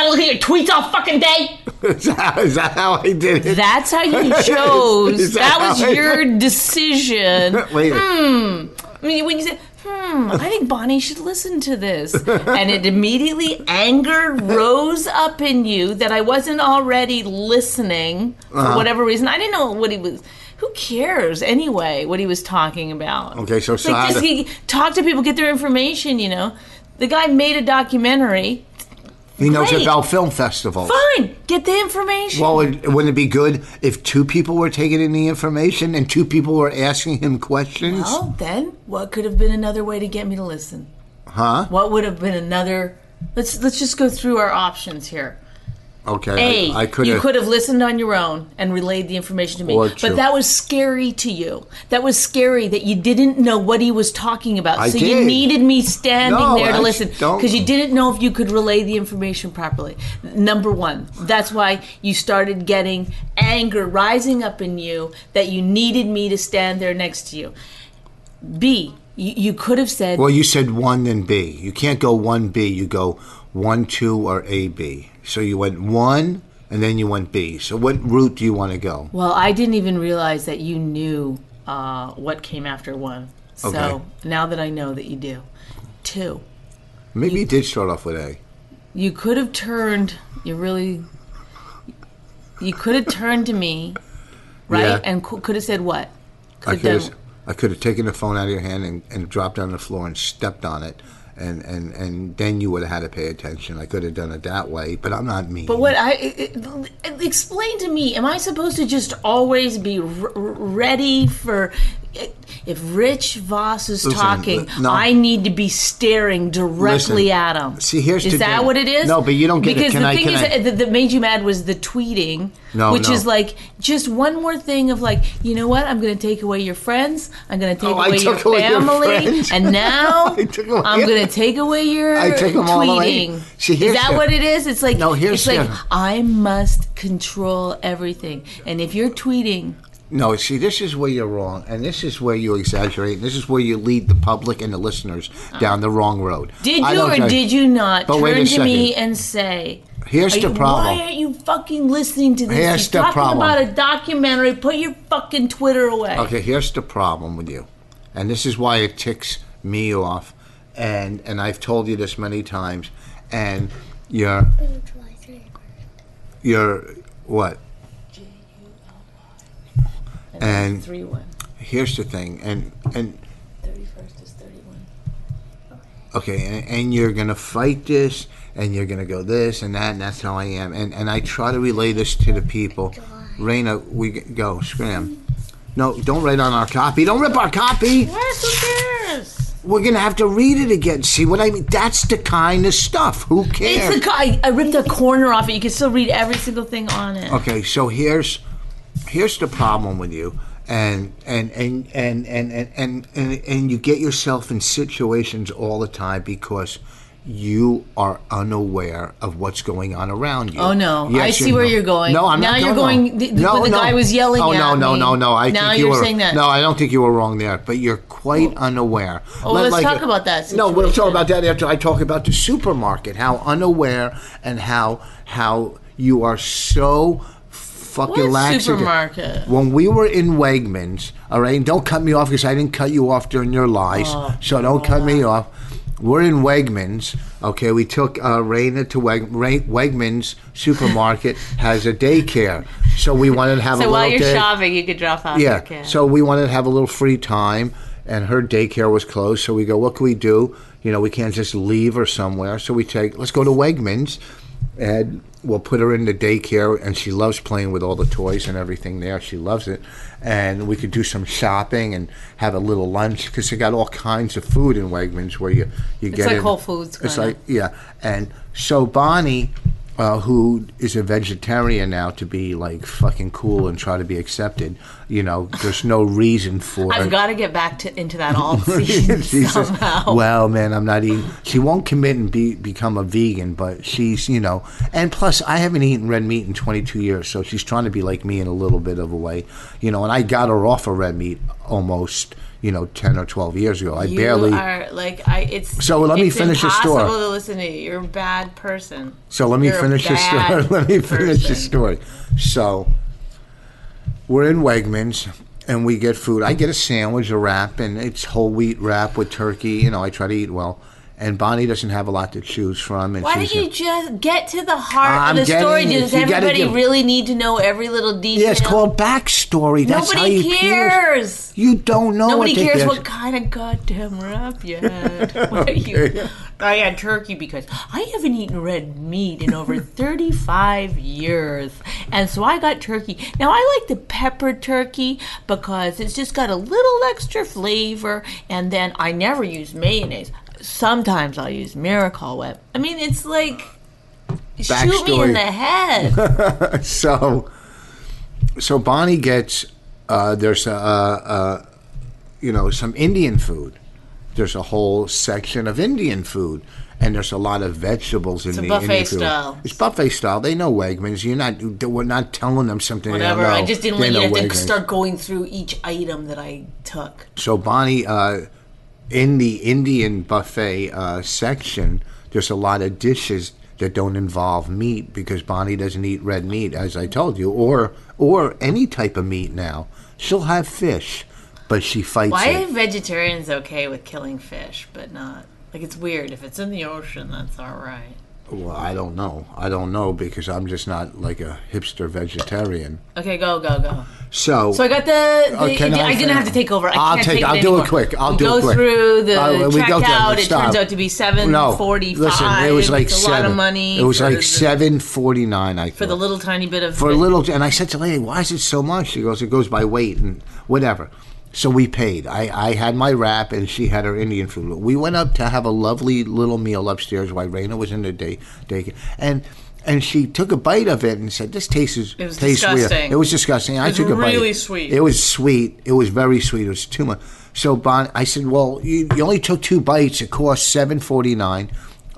[SPEAKER 1] to this? He's talking about a documentary. You got to look at your tweets all fucking day.
[SPEAKER 2] is, that, is that how I did it?
[SPEAKER 1] That's how you
[SPEAKER 2] Is-
[SPEAKER 1] chose.
[SPEAKER 2] is
[SPEAKER 1] that
[SPEAKER 2] that
[SPEAKER 1] was
[SPEAKER 2] how I-
[SPEAKER 1] your decision.
[SPEAKER 2] Wait.
[SPEAKER 1] Hmm, I mean, when you said, hmm, I think Bonnie should listen to this. And it immediately anger rose up in you that I wasn't already listening for
[SPEAKER 2] Uh-huh.
[SPEAKER 1] whatever reason. I didn't know what he was. Who cares anyway what he was talking about?
[SPEAKER 2] Okay, so
[SPEAKER 1] It's
[SPEAKER 2] Sada-
[SPEAKER 1] like just he- talk to people, get their information. You know, the guy made a documentary.
[SPEAKER 2] He knows
[SPEAKER 1] Great.
[SPEAKER 2] about film festivals.
[SPEAKER 1] Fine, get the information.
[SPEAKER 2] Well, it, wouldn't it be good if two people were taking in the information and two people were asking him questions?
[SPEAKER 1] Well, Oh, then what could have been another way to get me to listen?
[SPEAKER 2] huh?
[SPEAKER 1] What would have been another? Let's let's just go through our options here.
[SPEAKER 2] Okay.
[SPEAKER 1] A,
[SPEAKER 2] I, I could
[SPEAKER 1] you
[SPEAKER 2] have.
[SPEAKER 1] could have listened on your own and relayed the information to me.
[SPEAKER 2] Or two.
[SPEAKER 1] But that was scary to you. That was scary that you didn't know what he was talking about.
[SPEAKER 2] I
[SPEAKER 1] so you
[SPEAKER 2] did.
[SPEAKER 1] needed me standing
[SPEAKER 2] No,
[SPEAKER 1] there to
[SPEAKER 2] I
[SPEAKER 1] listen
[SPEAKER 2] don't-
[SPEAKER 1] because you didn't know if you could relay the information properly. Number one, that's why you started getting anger rising up in you that you needed me to stand there next to you. B, you, you could have said,
[SPEAKER 2] Well, you said one and B. You can't go one B. You go one, two, or A B. So you went one, and then you went B. So what route do you want to go?
[SPEAKER 1] Well, I didn't even realize that you knew uh, what came after one. So
[SPEAKER 2] Okay.
[SPEAKER 1] now that I know that you do. Two,
[SPEAKER 2] Maybe you did start off with A.
[SPEAKER 1] you could have turned, you really, you could have turned to me, right?
[SPEAKER 2] Yeah.
[SPEAKER 1] And cou- could have said what?
[SPEAKER 2] I
[SPEAKER 1] Could
[SPEAKER 2] could
[SPEAKER 1] have
[SPEAKER 2] have,
[SPEAKER 1] done.
[SPEAKER 2] I could have taken the phone out of your hand and, and dropped it on the floor and stepped on it, and, and, and then you would have had to pay attention. I could have done it that way, but I'm not me.
[SPEAKER 1] But what I it, it- explain to me? Am I supposed to just always be r- r- ready for? If Rich Voss is
[SPEAKER 2] Listen,
[SPEAKER 1] talking,
[SPEAKER 2] no.
[SPEAKER 1] I need to be staring directly
[SPEAKER 2] Listen,
[SPEAKER 1] at him.
[SPEAKER 2] see, here's
[SPEAKER 1] is
[SPEAKER 2] the
[SPEAKER 1] that
[SPEAKER 2] thing.
[SPEAKER 1] what it is?
[SPEAKER 2] No, but you don't get it.
[SPEAKER 1] because
[SPEAKER 2] Can
[SPEAKER 1] the
[SPEAKER 2] I-
[SPEAKER 1] thing
[SPEAKER 2] can
[SPEAKER 1] is
[SPEAKER 2] I-
[SPEAKER 1] that- that, that made you mad was the tweeting,
[SPEAKER 2] No,
[SPEAKER 1] which
[SPEAKER 2] no.
[SPEAKER 1] is like just one more thing of like, you know what? I'm going to take away your friends. I'm going to take
[SPEAKER 2] Oh, I
[SPEAKER 1] away, your
[SPEAKER 2] took away your
[SPEAKER 1] family,
[SPEAKER 2] friends.
[SPEAKER 1] and now
[SPEAKER 2] I took away-
[SPEAKER 1] I'm going to take away your
[SPEAKER 2] I took 'em all away.
[SPEAKER 1] tweeting.
[SPEAKER 2] See,
[SPEAKER 1] is
[SPEAKER 2] here's
[SPEAKER 1] that
[SPEAKER 2] the-
[SPEAKER 1] what it is? It's like
[SPEAKER 2] No, here's
[SPEAKER 1] it's like
[SPEAKER 2] the-
[SPEAKER 1] I must control everything. And if you're tweeting,
[SPEAKER 2] No, see, this is where you're wrong, and this is where you exaggerate, and this is where you lead the public and the listeners down the wrong road.
[SPEAKER 1] Oh. did
[SPEAKER 2] I
[SPEAKER 1] you
[SPEAKER 2] don't
[SPEAKER 1] or
[SPEAKER 2] judge-
[SPEAKER 1] did you not
[SPEAKER 2] But
[SPEAKER 1] turn
[SPEAKER 2] wait a
[SPEAKER 1] to
[SPEAKER 2] second.
[SPEAKER 1] me and say,
[SPEAKER 2] Here's
[SPEAKER 1] "Are
[SPEAKER 2] the
[SPEAKER 1] you-
[SPEAKER 2] problem.
[SPEAKER 1] Why aren't you fucking listening to this?
[SPEAKER 2] Here's
[SPEAKER 1] He's
[SPEAKER 2] the
[SPEAKER 1] talking
[SPEAKER 2] problem.
[SPEAKER 1] about a documentary. Put your fucking Twitter away.
[SPEAKER 2] Okay, here's the problem with you, and this is why it ticks me off, and and I've told you this many times, and you're you're what? And
[SPEAKER 1] Three one.
[SPEAKER 2] here's the thing, and and
[SPEAKER 1] Thirty first is thirty one.
[SPEAKER 2] okay, and, and you're gonna fight this, and you're gonna go this and that, and that's how I am, and and I try to relay this to the people. Raina, we g- go scram. No, don't write on our copy. Don't rip our copy.
[SPEAKER 1] Yes, who cares?
[SPEAKER 2] We're gonna have to read it again. See what I mean? That's the kind of stuff. Who cares?
[SPEAKER 1] It's the guy. I ripped a corner off it. You can still read every single thing on it.
[SPEAKER 2] okay, so here's here's the problem with you, and and and and and and and, and, and you get yourself in situations all the time because. You are unaware of what's going on around you.
[SPEAKER 1] Oh, no. I see
[SPEAKER 2] and
[SPEAKER 1] where
[SPEAKER 2] no.
[SPEAKER 1] you're going.
[SPEAKER 2] No, I'm
[SPEAKER 1] Now
[SPEAKER 2] not
[SPEAKER 1] you're going- the- the- the guy was yelling
[SPEAKER 2] Oh no,
[SPEAKER 1] at
[SPEAKER 2] no,
[SPEAKER 1] me.
[SPEAKER 2] no, no! I
[SPEAKER 1] Now
[SPEAKER 2] think you
[SPEAKER 1] you're
[SPEAKER 2] were
[SPEAKER 1] saying that.
[SPEAKER 2] No, I don't think you were wrong there, but you're quite unaware.
[SPEAKER 1] Well,
[SPEAKER 2] Let-
[SPEAKER 1] let's talk about that
[SPEAKER 2] No, we'll
[SPEAKER 1] situation.
[SPEAKER 2] talk about that after I talk about the supermarket. How unaware and how how you are so fucking
[SPEAKER 1] What
[SPEAKER 2] lax. into-
[SPEAKER 1] supermarket?
[SPEAKER 2] When we were in Wegmans, all right, and don't cut me off because I didn't cut you off during your lies,
[SPEAKER 1] Oh,
[SPEAKER 2] so don't cut me off. We're in Wegmans, okay. We took uh, Raina to Weg- Ra- Wegmans supermarket has a daycare, so we wanted to have a
[SPEAKER 1] So
[SPEAKER 2] little
[SPEAKER 1] while you're
[SPEAKER 2] day-
[SPEAKER 1] shopping, you could drop off.
[SPEAKER 2] yeah.
[SPEAKER 1] your kid.
[SPEAKER 2] So we wanted to have a little free time, and her daycare was closed. So we go, what can we do? You know, we can't just leave her somewhere. So we take, let's go to Wegmans, and we'll put her in the daycare. And she loves playing with all the toys and everything there. She loves it. And we could do some shopping and have a little lunch because they got all kinds of food in Wegmans where you you get
[SPEAKER 1] like
[SPEAKER 2] in-
[SPEAKER 1] Whole Foods
[SPEAKER 2] It's
[SPEAKER 1] kinda.
[SPEAKER 2] like yeah, and so Bonnie, uh, who is a vegetarian now, to be like fucking cool and try to be accepted, you know, there's no reason for
[SPEAKER 1] I've
[SPEAKER 2] it.
[SPEAKER 1] got to get back to into that all season
[SPEAKER 2] she says,
[SPEAKER 1] somehow.
[SPEAKER 2] "Well, man, I'm not eating." She won't commit and be, become a vegan, but she's you know. And plus, I haven't eaten red meat in 22 years, so she's trying to be like me in a little bit of a way, you know. And I got her off of red meat almost, you know, 10 or 12 years ago. I
[SPEAKER 1] You
[SPEAKER 2] barely.
[SPEAKER 1] are like I. It's
[SPEAKER 2] So let me
[SPEAKER 1] it's
[SPEAKER 2] finish the
[SPEAKER 1] impossible
[SPEAKER 2] story.
[SPEAKER 1] to listen to you. You're a bad person.
[SPEAKER 2] So let me
[SPEAKER 1] You're a
[SPEAKER 2] finish the story.
[SPEAKER 1] bad
[SPEAKER 2] Let me finish the
[SPEAKER 1] person.
[SPEAKER 2] story. So we're in Wegmans and we get food. I get a sandwich, a wrap, and it's whole wheat wrap with turkey. You know, I try to eat well. And Bonnie doesn't have a lot to choose from. And
[SPEAKER 1] Why
[SPEAKER 2] she's
[SPEAKER 1] did you just get to the heart
[SPEAKER 2] I'm
[SPEAKER 1] of the story?
[SPEAKER 2] getting it.
[SPEAKER 1] Does
[SPEAKER 2] You gotta
[SPEAKER 1] everybody
[SPEAKER 2] give-
[SPEAKER 1] really need to know every little detail?
[SPEAKER 2] Yeah, it's called backstory. That's how
[SPEAKER 1] Nobody
[SPEAKER 2] you
[SPEAKER 1] cares.
[SPEAKER 2] You don't know
[SPEAKER 1] Nobody
[SPEAKER 2] what they
[SPEAKER 1] cares
[SPEAKER 2] did.
[SPEAKER 1] what kind of goddamn wrap you had. What are you? I had turkey because I haven't eaten red meat in over 35 years. And so I got turkey. Now I like the peppered turkey because it's just got a little extra flavor. And then I never use mayonnaise. Sometimes I'll use Miracle Whip. I mean, it's like. Shoot me
[SPEAKER 2] Backstory.
[SPEAKER 1] in the head.
[SPEAKER 2] so so Bonnie gets uh, there's a, uh uh you know some Indian food. There's a whole section of Indian food, and there's a lot of vegetables in the
[SPEAKER 1] buffet
[SPEAKER 2] Indian food.
[SPEAKER 1] style.
[SPEAKER 2] It's buffet style. They know Wegmans. You're not. We're not telling them something. They
[SPEAKER 1] Whatever.
[SPEAKER 2] don't know.
[SPEAKER 1] I just didn't
[SPEAKER 2] They
[SPEAKER 1] want you to
[SPEAKER 2] know
[SPEAKER 1] have to
[SPEAKER 2] Wegmans.
[SPEAKER 1] start going through each item that I took.
[SPEAKER 2] So Bonnie, uh, in the Indian buffet uh, section, there's a lot of dishes that don't involve meat because Bonnie doesn't eat red meat, as I told you, or or any type of meat now. She'll have fish, but she fights
[SPEAKER 1] Why
[SPEAKER 2] it.
[SPEAKER 1] are vegetarians okay with killing fish, but not? Like, it's weird. If it's in the ocean, that's all right.
[SPEAKER 2] Well, I don't know. I don't know because I'm just not like a hipster vegetarian.
[SPEAKER 1] Okay, go, go, go.
[SPEAKER 2] So,
[SPEAKER 1] So I got the. the
[SPEAKER 2] Okay, now
[SPEAKER 1] I,
[SPEAKER 2] Uh, I
[SPEAKER 1] didn't have to
[SPEAKER 2] finish.
[SPEAKER 1] take over. I
[SPEAKER 2] I'll
[SPEAKER 1] can't
[SPEAKER 2] take-
[SPEAKER 1] Take it
[SPEAKER 2] I'll do it
[SPEAKER 1] anymore.
[SPEAKER 2] quick. I'll
[SPEAKER 1] we
[SPEAKER 2] do it
[SPEAKER 1] go
[SPEAKER 2] quick.
[SPEAKER 1] through the
[SPEAKER 2] Uh, we go down,
[SPEAKER 1] checkout. It
[SPEAKER 2] stop.
[SPEAKER 1] turns out to be seven
[SPEAKER 2] no,
[SPEAKER 1] forty-five.
[SPEAKER 2] listen, it was like
[SPEAKER 1] it's a
[SPEAKER 2] seven.
[SPEAKER 1] lot of money.
[SPEAKER 2] It was
[SPEAKER 1] for
[SPEAKER 2] like
[SPEAKER 1] the-
[SPEAKER 2] seven forty nine. I think
[SPEAKER 1] for the little tiny bit of
[SPEAKER 2] for a
[SPEAKER 1] veg-
[SPEAKER 2] little. And I said to the lady, "Why is it so much?" She goes, "It goes by weight and whatever." So we paid. I, I had my wrap and she had her Indian food. We went up to have a lovely little meal upstairs while Raina was in the day daycare, and and she took a bite of it and said, "This tastes
[SPEAKER 1] It was
[SPEAKER 2] tastes
[SPEAKER 1] disgusting.
[SPEAKER 2] weird. It was disgusting." I
[SPEAKER 1] was
[SPEAKER 2] took a bite.
[SPEAKER 1] really sweet.
[SPEAKER 2] It was sweet. It was very sweet. It was too much. So Bon, I said, "Well, you, you only took two bites. It cost seven forty nine.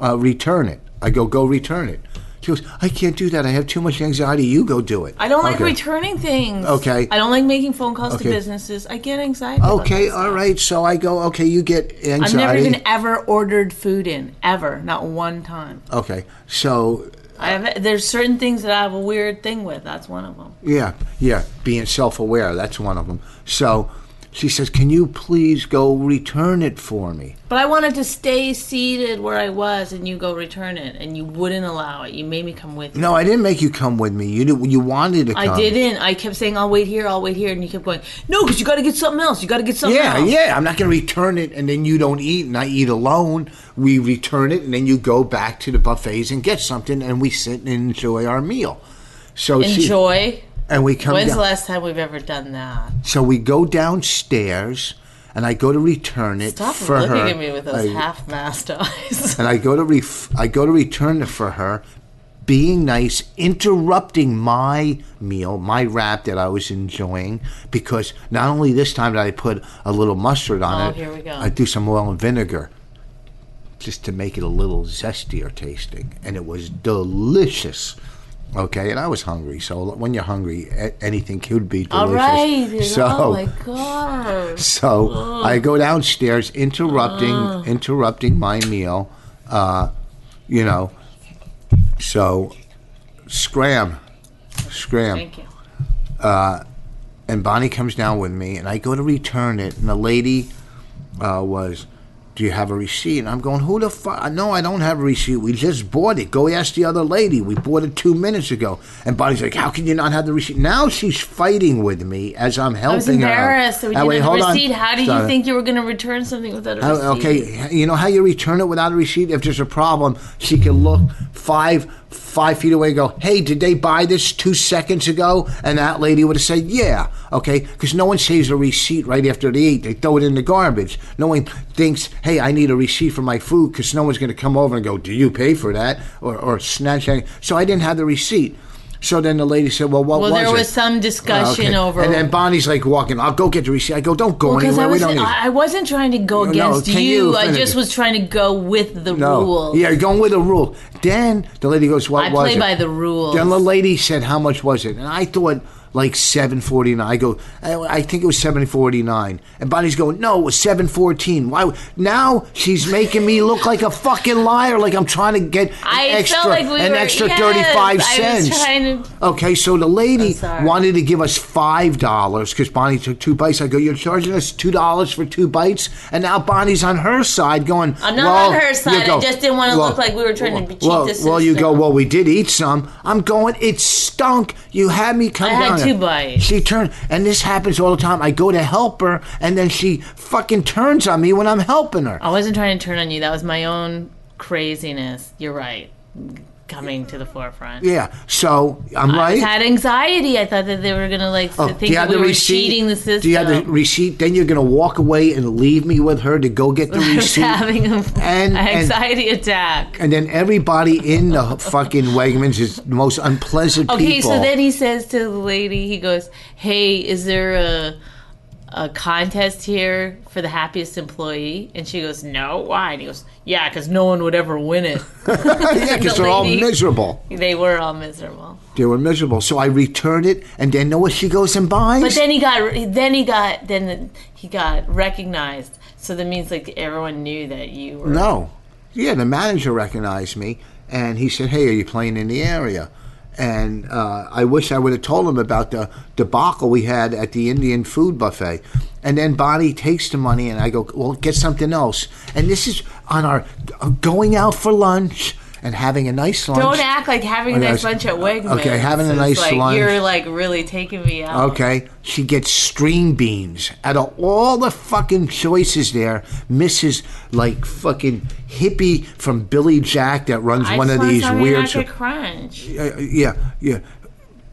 [SPEAKER 2] Uh, return it." I go, "Go return it." She goes, "I can't do that. I have too much anxiety. You go do it."
[SPEAKER 1] I don't like
[SPEAKER 2] Okay.
[SPEAKER 1] returning things.
[SPEAKER 2] Okay.
[SPEAKER 1] I don't like making phone calls
[SPEAKER 2] Okay.
[SPEAKER 1] to businesses. I get anxiety. about
[SPEAKER 2] Okay,
[SPEAKER 1] that stuff.
[SPEAKER 2] all right. So I go, "Okay, you get anxiety."
[SPEAKER 1] I've never even ever ordered food in ever, not one time.
[SPEAKER 2] okay, so
[SPEAKER 1] I have there's certain things that I have a weird thing with. That's one of them.
[SPEAKER 2] Yeah, yeah, being self aware, that's one of them. So she says, Can you please go return it for me?
[SPEAKER 1] But I wanted to stay seated where I was, and you go return it, and you wouldn't allow it. You made me come with you.
[SPEAKER 2] No, I didn't make you come with me. You did, you wanted to come.
[SPEAKER 1] I didn't. I kept saying, "I'll wait here. I'll wait here," and you kept going, "No, because you got to get something else. You got to get something
[SPEAKER 2] Yeah,
[SPEAKER 1] else."
[SPEAKER 2] yeah. I'm not going to return it and then you don't eat and I eat alone. We return it and then you go back to the buffets and get something and we sit and enjoy our meal. So She,
[SPEAKER 1] Enjoy.
[SPEAKER 2] and we come
[SPEAKER 1] When's
[SPEAKER 2] down.
[SPEAKER 1] the last time we've ever done that?
[SPEAKER 2] So we go downstairs and I go to return it
[SPEAKER 1] Stop
[SPEAKER 2] for
[SPEAKER 1] looking
[SPEAKER 2] her.
[SPEAKER 1] at me with those
[SPEAKER 2] I-
[SPEAKER 1] half-mast eyes.
[SPEAKER 2] and I go to ref- I go to return it for her, being nice, interrupting my meal, my wrap that I was enjoying, because not only this time did I put a little mustard on
[SPEAKER 1] Oh,
[SPEAKER 2] it,
[SPEAKER 1] here we go.
[SPEAKER 2] I do some oil and vinegar, just to make it a little zestier tasting, and it was delicious. Okay, and I was hungry, so when you're hungry, a- anything could be delicious.
[SPEAKER 1] All
[SPEAKER 2] So,
[SPEAKER 1] right. oh my god.
[SPEAKER 2] so I go downstairs, interrupting
[SPEAKER 1] Ah.
[SPEAKER 2] interrupting my meal. Uh, you know, so scram, scram.
[SPEAKER 1] Thank you.
[SPEAKER 2] And Bonnie comes down with me, and I go to return it, and the lady uh, was. Do you have a receipt? And I'm going, who the fuck? No, I don't have a receipt. We just bought it. Go ask the other lady. We bought it two minutes ago. And Bonnie's like, how can you not have the receipt? Now she's fighting with me as I'm helping
[SPEAKER 1] I was
[SPEAKER 2] her. out.
[SPEAKER 1] embarrassed that we
[SPEAKER 2] Ah,
[SPEAKER 1] didn't
[SPEAKER 2] wait,
[SPEAKER 1] have
[SPEAKER 2] hold
[SPEAKER 1] a
[SPEAKER 2] on.
[SPEAKER 1] receipt. How did
[SPEAKER 2] Sorry.
[SPEAKER 1] you think you were going to return something without a receipt?
[SPEAKER 2] Uh, okay, you know how you return it without a receipt? If there's a problem, she can look five five feet away and go, "Hey, did they buy this two seconds ago?" And that lady would have said, "Yeah." Okay, because no one saves a receipt right after they eat; they throw it in the garbage. No one thinks, "Hey, I need a receipt for my food," because no one's going to come over and go, "Do you pay for that?" or or snatch anything. So I didn't have the receipt. So then the lady said, "Well, what
[SPEAKER 1] Well,
[SPEAKER 2] was
[SPEAKER 1] there
[SPEAKER 2] it?"
[SPEAKER 1] was some discussion
[SPEAKER 2] Okay.
[SPEAKER 1] over.
[SPEAKER 2] And then Bonnie's like walking, "I'll go get the receipt." I go, "Don't go
[SPEAKER 1] because
[SPEAKER 2] anywhere.
[SPEAKER 1] I,
[SPEAKER 2] we
[SPEAKER 1] was,
[SPEAKER 2] don't need." it."
[SPEAKER 1] I I wasn't trying to go
[SPEAKER 2] No,
[SPEAKER 1] against
[SPEAKER 2] can
[SPEAKER 1] you.
[SPEAKER 2] you
[SPEAKER 1] I
[SPEAKER 2] finish?
[SPEAKER 1] just was trying to go with the
[SPEAKER 2] No.
[SPEAKER 1] rule.
[SPEAKER 2] Yeah, you're going with a rule. Then the lady goes, "What
[SPEAKER 1] I
[SPEAKER 2] was
[SPEAKER 1] play
[SPEAKER 2] it?"
[SPEAKER 1] by the rules.
[SPEAKER 2] Then the lady said, "How much was it?" And I thought, like seven forty nine. I go, I, I think it was seven forty nine, and Bonnie's going, no, it was seven fourteen. Why? would-" Now she's making me look like a fucking liar, like I'm trying to get an
[SPEAKER 4] I felt
[SPEAKER 2] extra
[SPEAKER 4] like we
[SPEAKER 2] an
[SPEAKER 4] were-
[SPEAKER 2] extra
[SPEAKER 4] yes,
[SPEAKER 2] thirty
[SPEAKER 4] I
[SPEAKER 2] five
[SPEAKER 4] was
[SPEAKER 2] cents.
[SPEAKER 4] trying to-
[SPEAKER 2] Okay, so the lady
[SPEAKER 4] sorry.
[SPEAKER 2] wanted to give us five dollars because Bonnie took two bites. I go, you're charging us two dollars for two bites, and now Bonnie's on her side going.
[SPEAKER 1] I'm Uh, not
[SPEAKER 2] well,
[SPEAKER 1] on her
[SPEAKER 2] you
[SPEAKER 1] side.
[SPEAKER 2] go-
[SPEAKER 1] I just didn't want to
[SPEAKER 2] well,
[SPEAKER 1] look like we were trying to be cheat
[SPEAKER 2] well,
[SPEAKER 1] the system.
[SPEAKER 2] well, you go. Well, we did eat some. I'm going. It stunk. You had me come
[SPEAKER 1] I had
[SPEAKER 2] down.
[SPEAKER 1] two bites.
[SPEAKER 2] She turned, and this happens all the time. I go to help her, and then she fucking turns on me when I'm helping her.
[SPEAKER 1] I wasn't trying to turn on you. That was my own craziness. You're right. Coming to the forefront.
[SPEAKER 2] Yeah. So I'm
[SPEAKER 1] I
[SPEAKER 2] right.
[SPEAKER 1] had anxiety. I thought that they were gonna like
[SPEAKER 2] Oh,
[SPEAKER 1] think that we were cheating the system.
[SPEAKER 2] Do you have the receipt? Then you're gonna walk away and leave me with her to go get the
[SPEAKER 1] I was
[SPEAKER 2] receipt.
[SPEAKER 1] having a- an
[SPEAKER 2] And- and-
[SPEAKER 1] anxiety attack.
[SPEAKER 2] And then everybody in the fucking Wegmans is the most unpleasant
[SPEAKER 1] Okay,
[SPEAKER 2] people.
[SPEAKER 1] so then he says to the lady, he goes, "Hey, is there a a contest here for the happiest employee?" And she goes, "No, why?" And he goes, "Yeah, because no one would ever win it.
[SPEAKER 2] yeah, because they're all
[SPEAKER 1] lady-
[SPEAKER 2] miserable.
[SPEAKER 1] they were all miserable."
[SPEAKER 2] They were miserable. So I return it, and then know what she goes and buys.
[SPEAKER 1] But then he got, then he got, then he got recognized. So that means like everyone knew that you were.
[SPEAKER 2] No. Yeah, the manager recognized me and he said, Hey, are you playing in the area? And uh, I wish I would have told him about the debacle we had at the Indian food buffet. And then Bonnie takes the money and I go, Well, get something else. And this is on our uh, going out for lunch and having a nice lunch.
[SPEAKER 1] Don't act like having a
[SPEAKER 2] Okay,
[SPEAKER 1] nice
[SPEAKER 2] I-
[SPEAKER 1] lunch at Wegmans.
[SPEAKER 2] okay, having a
[SPEAKER 1] is,
[SPEAKER 2] nice
[SPEAKER 1] like,
[SPEAKER 2] lunch. Oh,
[SPEAKER 1] You're like really taking me out.
[SPEAKER 2] Okay, she gets string beans. Out of all the fucking choices there, Mrs. like fucking hippie from Billy Jack that runs
[SPEAKER 1] I
[SPEAKER 2] one
[SPEAKER 1] just
[SPEAKER 2] of
[SPEAKER 1] want
[SPEAKER 2] these
[SPEAKER 1] something
[SPEAKER 2] weird.
[SPEAKER 1] like a crunch.
[SPEAKER 2] uh, yeah, yeah.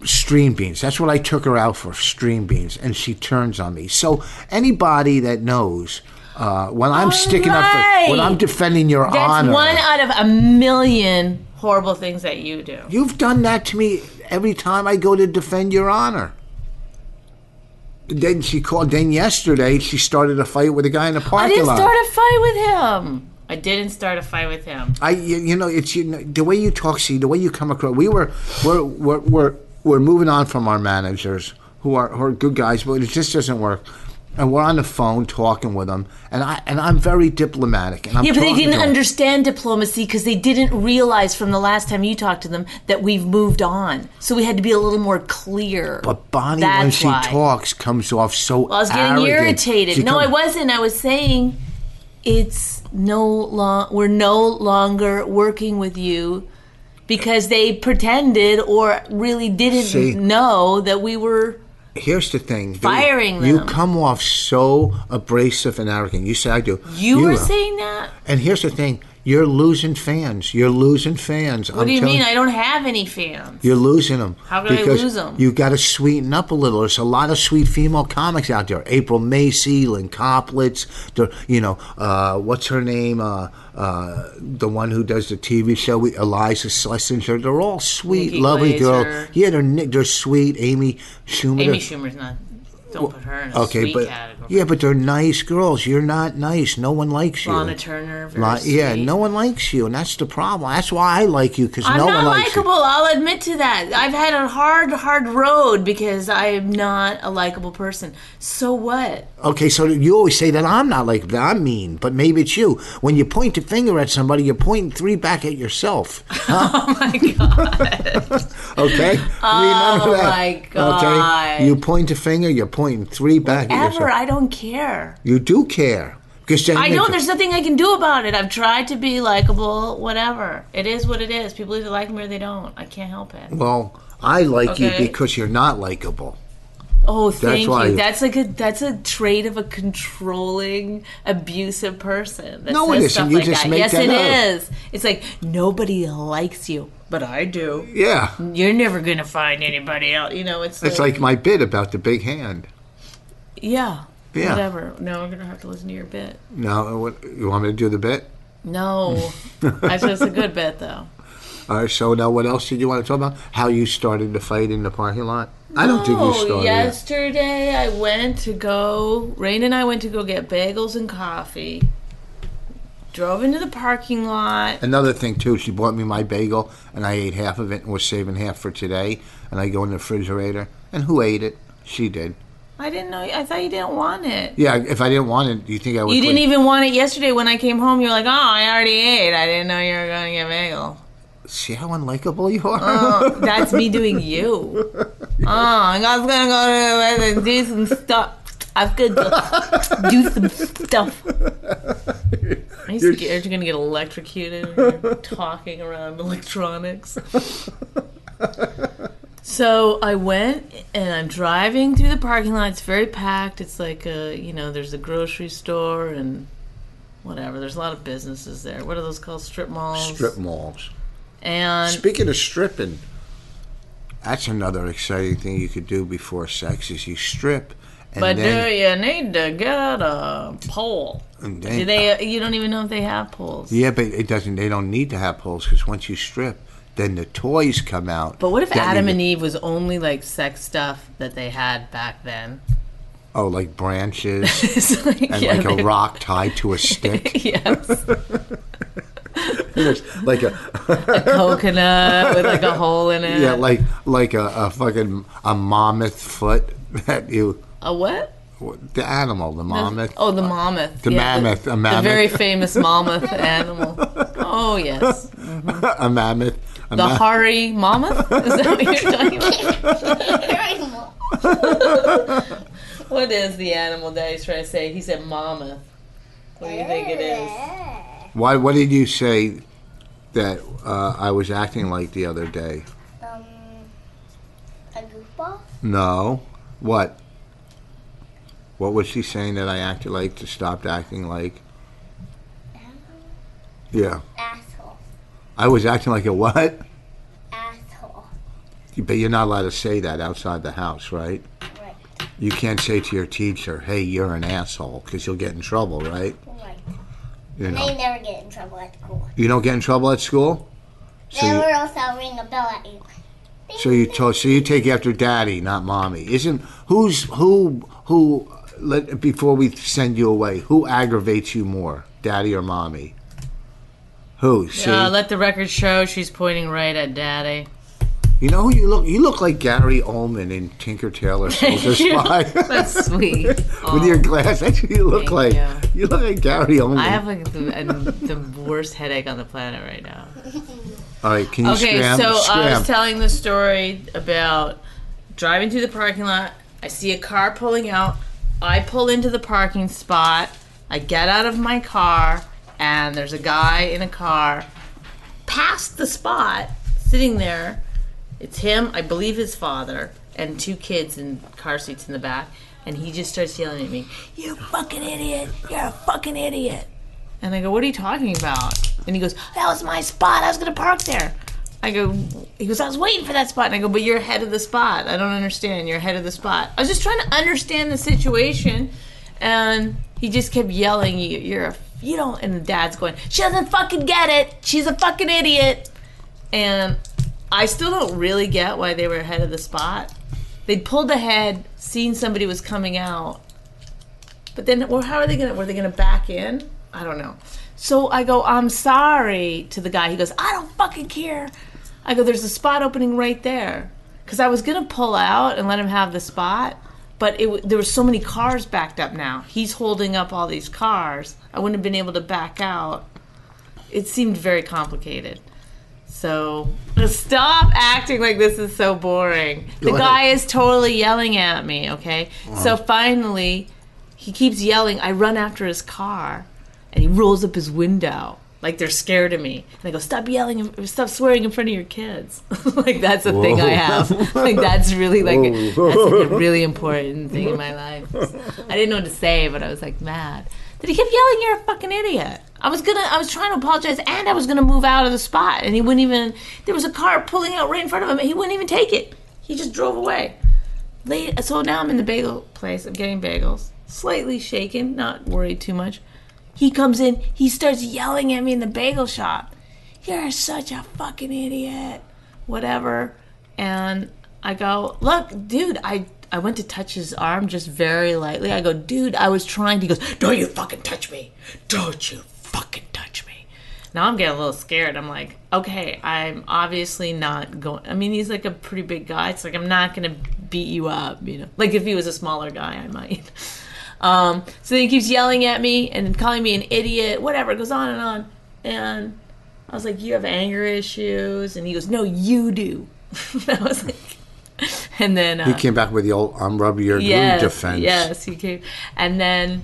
[SPEAKER 2] Stream beans. That's what I took her out for. Stream beans, and she turns on me. So anybody that knows, uh, when I'm
[SPEAKER 1] All
[SPEAKER 2] sticking up, for, when I'm
[SPEAKER 1] right.
[SPEAKER 2] defending your
[SPEAKER 1] That's
[SPEAKER 2] honor,
[SPEAKER 1] one out of a million horrible things that you do.
[SPEAKER 2] you've done that to me every time I go to defend your honor. Then she called. Then yesterday she started a fight with a guy in the
[SPEAKER 1] I
[SPEAKER 2] parking
[SPEAKER 1] didn't
[SPEAKER 2] lot.
[SPEAKER 1] start a fight with him. I didn't start a fight with him.
[SPEAKER 2] I, you, you know, it's you know, the way you talk, see, the way you come across. We were, we're, we're, we're, we're moving on from our managers who are, who are good guys, but it just doesn't work. And we're on the phone talking with them, and I, and I'm very diplomatic, and I'm
[SPEAKER 1] Yeah, but they
[SPEAKER 2] talking
[SPEAKER 1] didn't
[SPEAKER 2] to 'em.
[SPEAKER 1] understand diplomacy because they didn't realize from the last time you talked to them that we've moved on. So we had to be a little more clear.
[SPEAKER 2] But Bonnie,
[SPEAKER 1] That's
[SPEAKER 2] when she
[SPEAKER 1] why.
[SPEAKER 2] talks, comes off so.
[SPEAKER 1] I was getting irritated. no,
[SPEAKER 2] I
[SPEAKER 1] I wasn't. I was saying it's no long we're no longer working with you because they pretended or really didn't
[SPEAKER 2] See.
[SPEAKER 1] know that we were
[SPEAKER 2] Here's the thing: dude,
[SPEAKER 1] Firing
[SPEAKER 2] You
[SPEAKER 1] them.
[SPEAKER 2] come off so abrasive and arrogant. You say I do.
[SPEAKER 1] you, were
[SPEAKER 2] know.
[SPEAKER 1] saying that?
[SPEAKER 2] And here's the thing: you're losing fans. You're losing fans.
[SPEAKER 1] What do you mean? I don't have any fans.
[SPEAKER 2] You're losing them.
[SPEAKER 1] How could I lose 'em?
[SPEAKER 2] You got to sweeten up a little. There's a lot of sweet female comics out there. April Macy, Lynn Coplitz, the, you know, uh, what's her name? Uh, uh, the one who does the TV show, with Eliza Schlesinger. They're all sweet,
[SPEAKER 1] Nikki
[SPEAKER 2] lovely
[SPEAKER 1] Glaser.
[SPEAKER 2] girls. Yeah, they're ni- they're sweet. Amy Schumer.
[SPEAKER 1] Amy
[SPEAKER 2] they're-
[SPEAKER 1] Schumer's not. Don't put her in a
[SPEAKER 2] Okay,
[SPEAKER 1] sweet
[SPEAKER 2] but
[SPEAKER 1] category.
[SPEAKER 2] yeah, but they're nice girls. You're not nice. No one likes you.
[SPEAKER 1] Lana Turner. Very
[SPEAKER 2] Li- yeah,
[SPEAKER 1] sweet.
[SPEAKER 2] no one likes you, and that's the problem. That's why I like you because
[SPEAKER 1] I'm
[SPEAKER 2] no
[SPEAKER 1] not
[SPEAKER 2] one likes you.
[SPEAKER 1] likable. I'll admit to that. I've had a hard, hard road because I'm not a likable person. So what?
[SPEAKER 2] Okay, so you always say that I'm not like that. I'm mean, but maybe it's you. When you point a finger at somebody, you're pointing three back at yourself.
[SPEAKER 1] Oh my god.
[SPEAKER 2] Okay, remember that.
[SPEAKER 1] Oh, my God.
[SPEAKER 2] Okay, you point a finger, you're pointing three back at
[SPEAKER 1] Ever.
[SPEAKER 2] yourself.
[SPEAKER 1] I don't care.
[SPEAKER 2] you do care because then
[SPEAKER 1] I
[SPEAKER 2] they-
[SPEAKER 1] know there's nothing I can do about it. I've tried to be likable, whatever. It is what it is. People either like me or they don't. I can't help it.
[SPEAKER 2] Well, I like
[SPEAKER 1] Okay.
[SPEAKER 2] you because you're not likable.
[SPEAKER 1] Oh, thank
[SPEAKER 2] why-
[SPEAKER 1] you. That's like a that's a trait of a controlling, abusive person. that
[SPEAKER 2] No, it
[SPEAKER 1] says
[SPEAKER 2] isn't.
[SPEAKER 1] stuff
[SPEAKER 2] You
[SPEAKER 1] like
[SPEAKER 2] just
[SPEAKER 1] that.
[SPEAKER 2] make
[SPEAKER 1] yes,
[SPEAKER 2] that
[SPEAKER 1] it
[SPEAKER 2] up.
[SPEAKER 1] is. It's like nobody likes you, but I do.
[SPEAKER 2] Yeah,
[SPEAKER 1] you're never gonna find anybody else. You know, it's
[SPEAKER 2] it's like my bit about the big hand.
[SPEAKER 1] yeah,
[SPEAKER 2] Yeah.
[SPEAKER 1] whatever. No, I'm gonna have to listen to your bit.
[SPEAKER 2] Now, what, you want me to do the bit?
[SPEAKER 1] No, I said it's a good bit though.
[SPEAKER 2] All right. So now, what else did you want to talk about? How you started the fight in the parking lot? I don't think you
[SPEAKER 1] Oh,
[SPEAKER 2] started. it.
[SPEAKER 1] yesterday I went to go. Rain and I went to go get bagels and coffee. Drove into the parking lot.
[SPEAKER 2] Another thing too, she bought me my bagel and I ate half of it and was saving half for today. And I go in the refrigerator And who ate it? She did.
[SPEAKER 1] I didn't know. I thought you didn't want it.
[SPEAKER 2] Yeah, if I didn't want it, do you think I would?
[SPEAKER 1] You didn't
[SPEAKER 2] quit?
[SPEAKER 1] even want it yesterday when I came home. You were like, "Oh, I already ate. I didn't know you were going to get bagel."
[SPEAKER 2] See how unlikable you are?
[SPEAKER 1] Oh. That's me doing you. Oh, I was gonna go to the do some stuff. I was gonna go do some stuff. Are you scared you're gonna get electrocuted when you're talking around electronics? So I went and I'm driving through the parking lot. It's very packed. It's like a you know, there's a grocery store and whatever. There's a lot of businesses there. What are those called? Strip malls.
[SPEAKER 2] Strip malls.
[SPEAKER 1] And
[SPEAKER 2] Speaking of stripping, that's another exciting thing you could do before sex is you strip. And
[SPEAKER 1] But
[SPEAKER 2] then,
[SPEAKER 1] do you need to get a uh, pole?
[SPEAKER 2] and then-
[SPEAKER 1] Do they? uh, You don't even know if they have poles.
[SPEAKER 2] Yeah, but it doesn't. They don't need to have poles because once you strip, then the toys come out.
[SPEAKER 1] But what if
[SPEAKER 2] that
[SPEAKER 1] Adam
[SPEAKER 2] you-
[SPEAKER 1] and Eve was only like sex stuff that they had back then?
[SPEAKER 2] Oh, like branches
[SPEAKER 1] It's like,
[SPEAKER 2] and
[SPEAKER 1] yeah,
[SPEAKER 2] like a
[SPEAKER 1] they-
[SPEAKER 2] rock tied to a stick,
[SPEAKER 1] Yes,
[SPEAKER 2] like a
[SPEAKER 1] coconut with like a hole in it.
[SPEAKER 2] yeah, like like a, a fucking a mammoth foot that you
[SPEAKER 1] a what?
[SPEAKER 2] the animal, the mammoth.
[SPEAKER 1] Oh, the mammoth.
[SPEAKER 2] The
[SPEAKER 1] Yeah,
[SPEAKER 2] mammoth, a mammoth,
[SPEAKER 1] The very famous mammoth animal. Oh yes,
[SPEAKER 2] a mammoth, a
[SPEAKER 1] the
[SPEAKER 2] ma-
[SPEAKER 1] Hari mammoth. Is that what you're talking about? what is the animal that he's trying to say? He said mammoth. What do you think it is?
[SPEAKER 2] Why? What did you say that uh, I was acting like the other day?
[SPEAKER 5] Um, a goofball?
[SPEAKER 2] No. What? What was she saying that I acted like to stop acting like? Yeah.
[SPEAKER 5] Asshole.
[SPEAKER 2] I was acting like a what?
[SPEAKER 5] Asshole.
[SPEAKER 2] But you're not allowed to say that outside the house, right?
[SPEAKER 5] Right.
[SPEAKER 2] You can't say to your teacher, hey, you're an asshole, because you'll get in trouble, right?
[SPEAKER 5] Right.
[SPEAKER 2] You,
[SPEAKER 5] They
[SPEAKER 2] know.
[SPEAKER 5] never get in trouble at school.
[SPEAKER 2] you don't get in trouble at school? So
[SPEAKER 5] they
[SPEAKER 2] you,
[SPEAKER 5] will also ring a bell at you.
[SPEAKER 2] so you told, so you take after daddy, not mommy. Isn't who's who who let before we send you away, who aggravates you more, daddy or mommy? Who? See?
[SPEAKER 1] Uh, let the record show she's pointing right at Daddy.
[SPEAKER 2] You know who you look? You look like Gary Oldman in Tinker Tailor Soldier
[SPEAKER 1] you.
[SPEAKER 2] Spy
[SPEAKER 1] That's sweet.
[SPEAKER 2] with your glass. That's what you look like.
[SPEAKER 1] Thank
[SPEAKER 2] You.
[SPEAKER 1] you.
[SPEAKER 2] look like Gary Oldman.
[SPEAKER 1] I have like the, um, the worst headache on the planet right now.
[SPEAKER 2] All right, can you
[SPEAKER 1] Okay,
[SPEAKER 2] scram?
[SPEAKER 1] so uh, I
[SPEAKER 2] scram.
[SPEAKER 1] was telling the story about driving through the parking lot. I see a car pulling out. I pull into the parking spot. I get out of my car, and there's a guy in a car past the spot sitting there. It's him, I believe his father, and two kids in car seats in the back. And he just starts yelling at me, You fucking idiot! You're a fucking idiot! And I go, What are you talking about? And he goes, That was my spot. I was going to park there. I go, He goes, I was waiting for that spot. And I go, But you're ahead of the spot. I don't understand. You're ahead of the spot. I was just trying to understand the situation. And he just kept yelling, "You- You're a, you don't. And the dad's going, She doesn't fucking get it. She's a fucking idiot. And I still don't really get why they were ahead of the spot. They'd pulled ahead, seen somebody was coming out, but then, well, how are they gonna? Were they gonna back in? I don't know. So I go, I'm sorry to the guy. He goes, I don't fucking care. I go, there's a spot opening right there, because I was gonna pull out and let him have the spot, but it, w- there were so many cars backed up now. He's holding up all these cars. I wouldn't have been able to back out. It seemed very complicated. So stop acting like this is so boring. The
[SPEAKER 2] Go ahead. Uh-huh.
[SPEAKER 1] guy is totally yelling at me. Okay, so finally he keeps yelling. I run after his car, and he rolls up his window like they're scared of me. And I go, "Stop yelling! Stop swearing in front of your kids!" like that's a thing I have. like that's really like a, that's like a really important thing in my life. I didn't know what to say, but I was like mad. That he kept yelling, "You're a fucking idiot!" I was gonna, I was trying to apologize, and I was gonna move out of the spot, and he wouldn't even. There was a car pulling out right in front of him, and he wouldn't even take it. He just drove away. Late, so now I'm in the bagel place. I'm getting bagels. Slightly shaken, not worried too much. He comes in. He starts yelling at me in the bagel shop. You're such a fucking idiot. Whatever. And I go, look, dude. I I went to touch his arm just very lightly. I go, dude. I was trying. to-" He goes, don't you fucking touch me. Don't you fucking touch me. Now I'm getting a little scared. I'm like, okay, I'm obviously not going. I mean, he's like a pretty big guy. It's like I'm not gonna beat you up, you know. Like if he was a smaller guy, I might. Um, so then he keeps yelling at me and calling me an idiot, whatever, it goes on and on. And I was like, You have anger issues. And he goes, No, you do. I was like, And then. Uh,
[SPEAKER 2] He came back with the old I'm rubbing your glue
[SPEAKER 1] yes,
[SPEAKER 2] defense.
[SPEAKER 1] Yes, he came. And then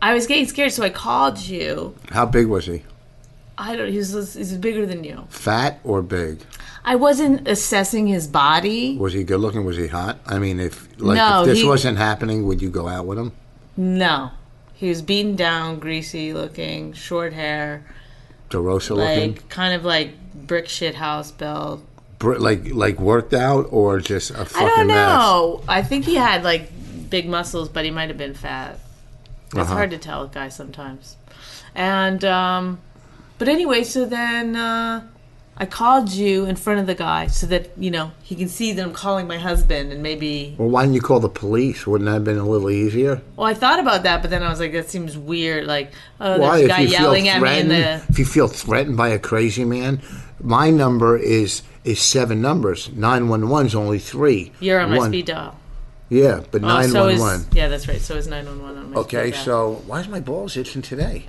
[SPEAKER 1] I was getting scared, so I called you.
[SPEAKER 2] How big was he?
[SPEAKER 1] I don't. He was. He's bigger than you.
[SPEAKER 2] Fat or big?
[SPEAKER 1] I wasn't assessing his body.
[SPEAKER 2] Was he good looking? Was he hot? I mean, if like
[SPEAKER 1] No,
[SPEAKER 2] if this
[SPEAKER 1] he-
[SPEAKER 2] wasn't happening, would you go out with him?
[SPEAKER 1] No, he was beaten down, greasy looking, short hair,
[SPEAKER 2] DeRosa looking,
[SPEAKER 1] like kind of like brick shit house build.
[SPEAKER 2] Br- like like worked out or just a
[SPEAKER 1] I
[SPEAKER 2] fucking
[SPEAKER 1] don't
[SPEAKER 2] mess?
[SPEAKER 1] know. I think he had like big muscles, but he might have been fat. It's
[SPEAKER 2] Uh-huh.
[SPEAKER 1] hard to tell with guys sometimes. And um, but anyway, so then uh, I called you in front of the guy so that you know he can see that I'm calling my husband and maybe
[SPEAKER 2] Well, why didn't you call the police? Wouldn't that have been a little easier?
[SPEAKER 1] Well, I thought about that, but then I was like, that seems weird. Like, oh,
[SPEAKER 2] Why,
[SPEAKER 1] there's a
[SPEAKER 2] if
[SPEAKER 1] guy
[SPEAKER 2] you feel
[SPEAKER 1] yelling at me in
[SPEAKER 2] threatened,
[SPEAKER 1] the.
[SPEAKER 2] if you feel threatened by a crazy man, my number is is seven numbers. Nine one one's only three.
[SPEAKER 1] You're on my
[SPEAKER 2] One-
[SPEAKER 1] speed dial.
[SPEAKER 2] Yeah, but
[SPEAKER 1] Oh,
[SPEAKER 2] nine
[SPEAKER 1] so
[SPEAKER 2] one
[SPEAKER 1] is,
[SPEAKER 2] one.
[SPEAKER 1] Yeah, that's right. So is 911 on my
[SPEAKER 2] Okay,
[SPEAKER 1] speed dial.
[SPEAKER 2] so why is my balls itching today?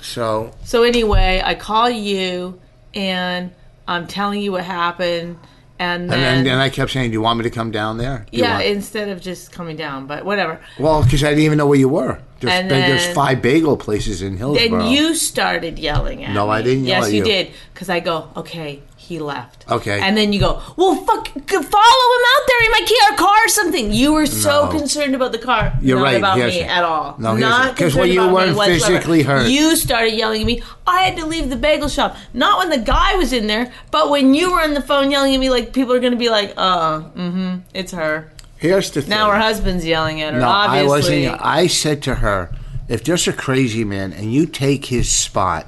[SPEAKER 2] So
[SPEAKER 1] So anyway, I call you and I'm telling you what happened. And
[SPEAKER 2] and
[SPEAKER 1] then.
[SPEAKER 2] then, and I kept saying, "Do you want me to come down there?" Do you
[SPEAKER 1] yeah,
[SPEAKER 2] want-
[SPEAKER 1] instead of just coming down, but whatever.
[SPEAKER 2] Well, because I didn't even know where you were. There's,
[SPEAKER 1] And
[SPEAKER 2] ba- there's
[SPEAKER 1] then-
[SPEAKER 2] five bagel places in
[SPEAKER 1] Then
[SPEAKER 2] Hillsborough.
[SPEAKER 1] you started yelling at
[SPEAKER 2] No,
[SPEAKER 1] me.
[SPEAKER 2] I didn't yell
[SPEAKER 1] Yes,
[SPEAKER 2] at
[SPEAKER 1] you
[SPEAKER 2] you.
[SPEAKER 1] did. Because I go, okay, he left.
[SPEAKER 2] Okay.
[SPEAKER 1] And then you go, well, fuck, g- follow him out there. He might kill our car or something. You were so
[SPEAKER 2] No.
[SPEAKER 1] concerned about the car.
[SPEAKER 2] You're
[SPEAKER 1] not
[SPEAKER 2] right,
[SPEAKER 1] about
[SPEAKER 2] yes.
[SPEAKER 1] me at all.
[SPEAKER 2] No, yes.
[SPEAKER 1] not
[SPEAKER 2] 'Cause when
[SPEAKER 1] concerned
[SPEAKER 2] you
[SPEAKER 1] about me
[SPEAKER 2] weren't
[SPEAKER 1] whatsoever.
[SPEAKER 2] physically hurt.
[SPEAKER 1] You started yelling at me. I had to leave the bagel shop. Not when the guy was in there, but when you were on the phone yelling at me, like people are going to be like, uh, mm-hmm, it's her.
[SPEAKER 2] Here's the thing.
[SPEAKER 1] Now her husband's yelling at her.
[SPEAKER 2] No, I
[SPEAKER 1] obviously.
[SPEAKER 2] wasn't. I said to her, "If there's a crazy man and you take his spot,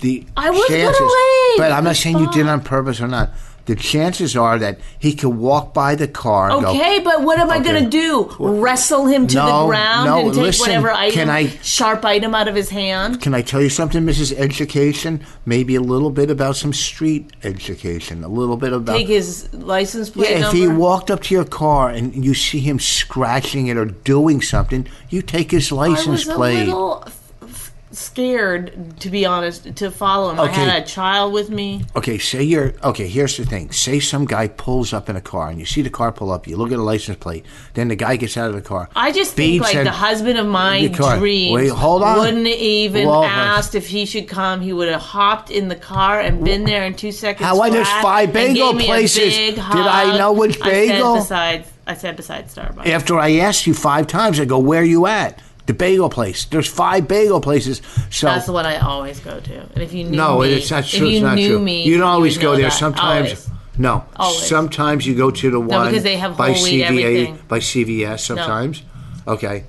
[SPEAKER 2] the
[SPEAKER 1] I was gonna
[SPEAKER 2] chances."
[SPEAKER 1] leave
[SPEAKER 2] But I'm not
[SPEAKER 1] his
[SPEAKER 2] saying you did
[SPEAKER 1] spot.
[SPEAKER 2] on purpose or not. The chances are that he could walk by the car. and go,
[SPEAKER 1] Okay, but what am I
[SPEAKER 2] Okay.
[SPEAKER 1] going to do? Wrestle him to
[SPEAKER 2] No,
[SPEAKER 1] the ground
[SPEAKER 2] no,
[SPEAKER 1] and take
[SPEAKER 2] listen,
[SPEAKER 1] whatever item,
[SPEAKER 2] can I-
[SPEAKER 1] sharp item out of his hand?
[SPEAKER 2] Can I tell you something, Mrs. Education? Maybe a little bit about some street education. A little bit about
[SPEAKER 1] Take his license plate
[SPEAKER 2] Uh, Yeah, if
[SPEAKER 1] number.
[SPEAKER 2] he walked up to your car and you see him scratching it or doing something, you take his
[SPEAKER 1] I
[SPEAKER 2] license
[SPEAKER 1] was a
[SPEAKER 2] plate.
[SPEAKER 1] little f- f- scared, to be honest, to follow him. I
[SPEAKER 2] Okay.
[SPEAKER 1] had a child with me.
[SPEAKER 2] Okay, say you're okay. Here's the thing: say some guy pulls up in a car, and you see the car pull up. You look at the license plate. Then the guy gets out of the car.
[SPEAKER 1] I just think
[SPEAKER 2] Beats
[SPEAKER 1] like
[SPEAKER 2] and-
[SPEAKER 1] the husband of my
[SPEAKER 2] Your car.
[SPEAKER 1] dreams
[SPEAKER 2] Wait, hold on. uh,
[SPEAKER 1] wouldn't even
[SPEAKER 2] Whoa.
[SPEAKER 1] asked if he should come. He would have hopped in the car and been there in two seconds.
[SPEAKER 2] How- why there's
[SPEAKER 1] flat
[SPEAKER 2] five
[SPEAKER 1] and gave
[SPEAKER 2] bagel
[SPEAKER 1] me a
[SPEAKER 2] places?
[SPEAKER 1] big
[SPEAKER 2] Did
[SPEAKER 1] hug.
[SPEAKER 2] I know which bagel?
[SPEAKER 1] I said besides, I said besides Starbucks.
[SPEAKER 2] After I asked you five times, I go, "Where are you at?" The bagel place. There's five bagel places. So
[SPEAKER 1] That's the one I always go to. And if you knew
[SPEAKER 2] no,
[SPEAKER 1] me,
[SPEAKER 2] it's not true.
[SPEAKER 1] If you
[SPEAKER 2] it's not
[SPEAKER 1] knew
[SPEAKER 2] true.
[SPEAKER 1] me,
[SPEAKER 2] you don't always
[SPEAKER 1] would
[SPEAKER 2] go
[SPEAKER 1] know
[SPEAKER 2] there.
[SPEAKER 1] that.
[SPEAKER 2] Sometimes.
[SPEAKER 1] Always.
[SPEAKER 2] No,
[SPEAKER 1] Always.
[SPEAKER 2] sometimes you go to the one
[SPEAKER 1] because they have
[SPEAKER 2] by
[SPEAKER 1] whole wheat,
[SPEAKER 2] CVA
[SPEAKER 1] everything.
[SPEAKER 2] by CVS. Sometimes, okay.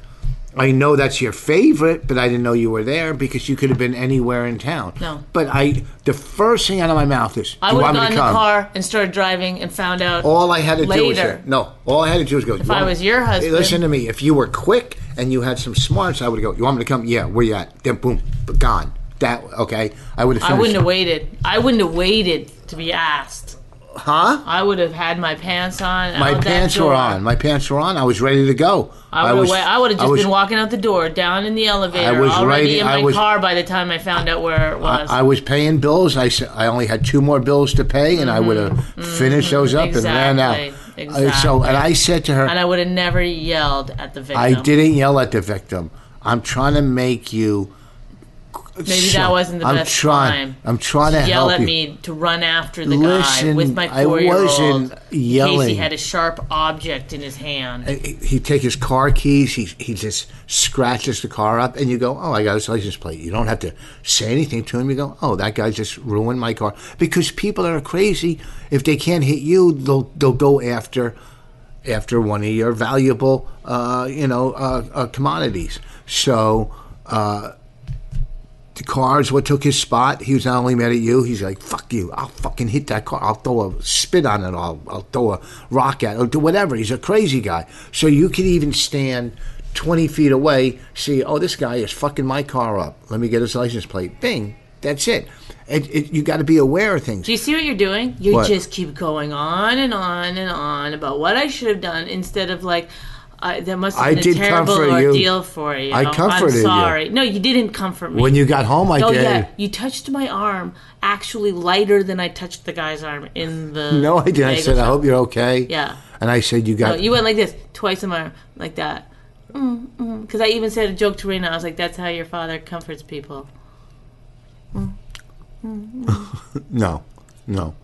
[SPEAKER 2] I know that's your favorite, but I didn't know you were there because you could have been anywhere in town.
[SPEAKER 1] No.
[SPEAKER 2] but I the first thing out of my mouth is,
[SPEAKER 1] I
[SPEAKER 2] "Do you
[SPEAKER 1] would have
[SPEAKER 2] want me to
[SPEAKER 1] gone in the
[SPEAKER 2] come?"
[SPEAKER 1] car and started driving and found out.
[SPEAKER 2] All I had to do was
[SPEAKER 1] Later.
[SPEAKER 2] no. All I had to do was go. If
[SPEAKER 1] I was your husband-
[SPEAKER 2] listen to me. If you were quick and you had some smarts, I would go. You want me to come? Yeah. Where you at? Then boom, gone. That okay? I would have.
[SPEAKER 1] I
[SPEAKER 2] finished.
[SPEAKER 1] wouldn't have waited. I wouldn't have waited to be asked.
[SPEAKER 2] Huh?
[SPEAKER 1] I would have had my pants on.
[SPEAKER 2] My
[SPEAKER 1] out that
[SPEAKER 2] pants were
[SPEAKER 1] door.
[SPEAKER 2] on. My pants were on. I was ready to go.
[SPEAKER 1] I would
[SPEAKER 2] was-
[SPEAKER 1] have. wa- I would have
[SPEAKER 2] I
[SPEAKER 1] just
[SPEAKER 2] was-
[SPEAKER 1] been walking out the door, down in the elevator,
[SPEAKER 2] was
[SPEAKER 1] already
[SPEAKER 2] ready-
[SPEAKER 1] in
[SPEAKER 2] I
[SPEAKER 1] my
[SPEAKER 2] was-
[SPEAKER 1] car by the time I found out where it was.
[SPEAKER 2] I was paying bills. I, s- I only had two more bills to pay, and I would have finished those up and ran out.
[SPEAKER 1] Mm-hmm. Exactly,
[SPEAKER 2] I- so, and I said to her,
[SPEAKER 1] and I would have never yelled at the victim.
[SPEAKER 2] I didn't yell at the victim. I'm trying to make you.
[SPEAKER 1] Maybe that wasn't the
[SPEAKER 2] I'm
[SPEAKER 1] best
[SPEAKER 2] trying,
[SPEAKER 1] time
[SPEAKER 2] I'm trying to
[SPEAKER 1] yell
[SPEAKER 2] help
[SPEAKER 1] at
[SPEAKER 2] you.
[SPEAKER 1] me to run after the guy
[SPEAKER 2] Listen,
[SPEAKER 1] with my
[SPEAKER 2] I
[SPEAKER 1] four year
[SPEAKER 2] wasn't
[SPEAKER 1] old. Casey
[SPEAKER 2] yelling.
[SPEAKER 1] had a sharp object in his hand.
[SPEAKER 2] he'd take his car keys. He he just scratches the car up, and you go, "Oh, I got his license plate." You don't have to say anything to him. You go, "Oh, that guy just ruined my car." Because people that are crazy, if they can't hit you, they'll they'll go after after one of your valuable, uh, you know, uh, uh, commodities. So. Uh, the car's what took his spot. He was not only mad at you, he's like, fuck you. I'll fucking hit that car. I'll throw a spit on it. I'll, I'll throw a rock at it. I'll do whatever. He's a crazy guy. So you could even stand 20 feet away, see, oh, this guy is fucking my car up. Let me get his license plate. Bing. That's it. It, it, you got to be aware of things.
[SPEAKER 1] Do you see what you're doing? You
[SPEAKER 2] What?
[SPEAKER 1] just keep going on and on and on about what I should have done instead of like, I that must
[SPEAKER 2] I
[SPEAKER 1] have been
[SPEAKER 2] did
[SPEAKER 1] a terrible
[SPEAKER 2] comfort you.
[SPEAKER 1] ordeal for you.
[SPEAKER 2] I comforted
[SPEAKER 1] am
[SPEAKER 2] you.
[SPEAKER 1] sorry. No, you didn't comfort me.
[SPEAKER 2] When you got home, I
[SPEAKER 1] oh
[SPEAKER 2] did.
[SPEAKER 1] yeah, you touched my arm actually lighter than I touched the guy's arm in the.
[SPEAKER 2] No, I did. I
[SPEAKER 1] bagel
[SPEAKER 2] said, I
[SPEAKER 1] shop.
[SPEAKER 2] hope you're okay.
[SPEAKER 1] Yeah.
[SPEAKER 2] And I said, you
[SPEAKER 1] No,
[SPEAKER 2] got.
[SPEAKER 1] you went like this twice in my arm, like that. Because I even said a joke to Rena. I was like, "That's how your father comforts people."
[SPEAKER 2] no, no.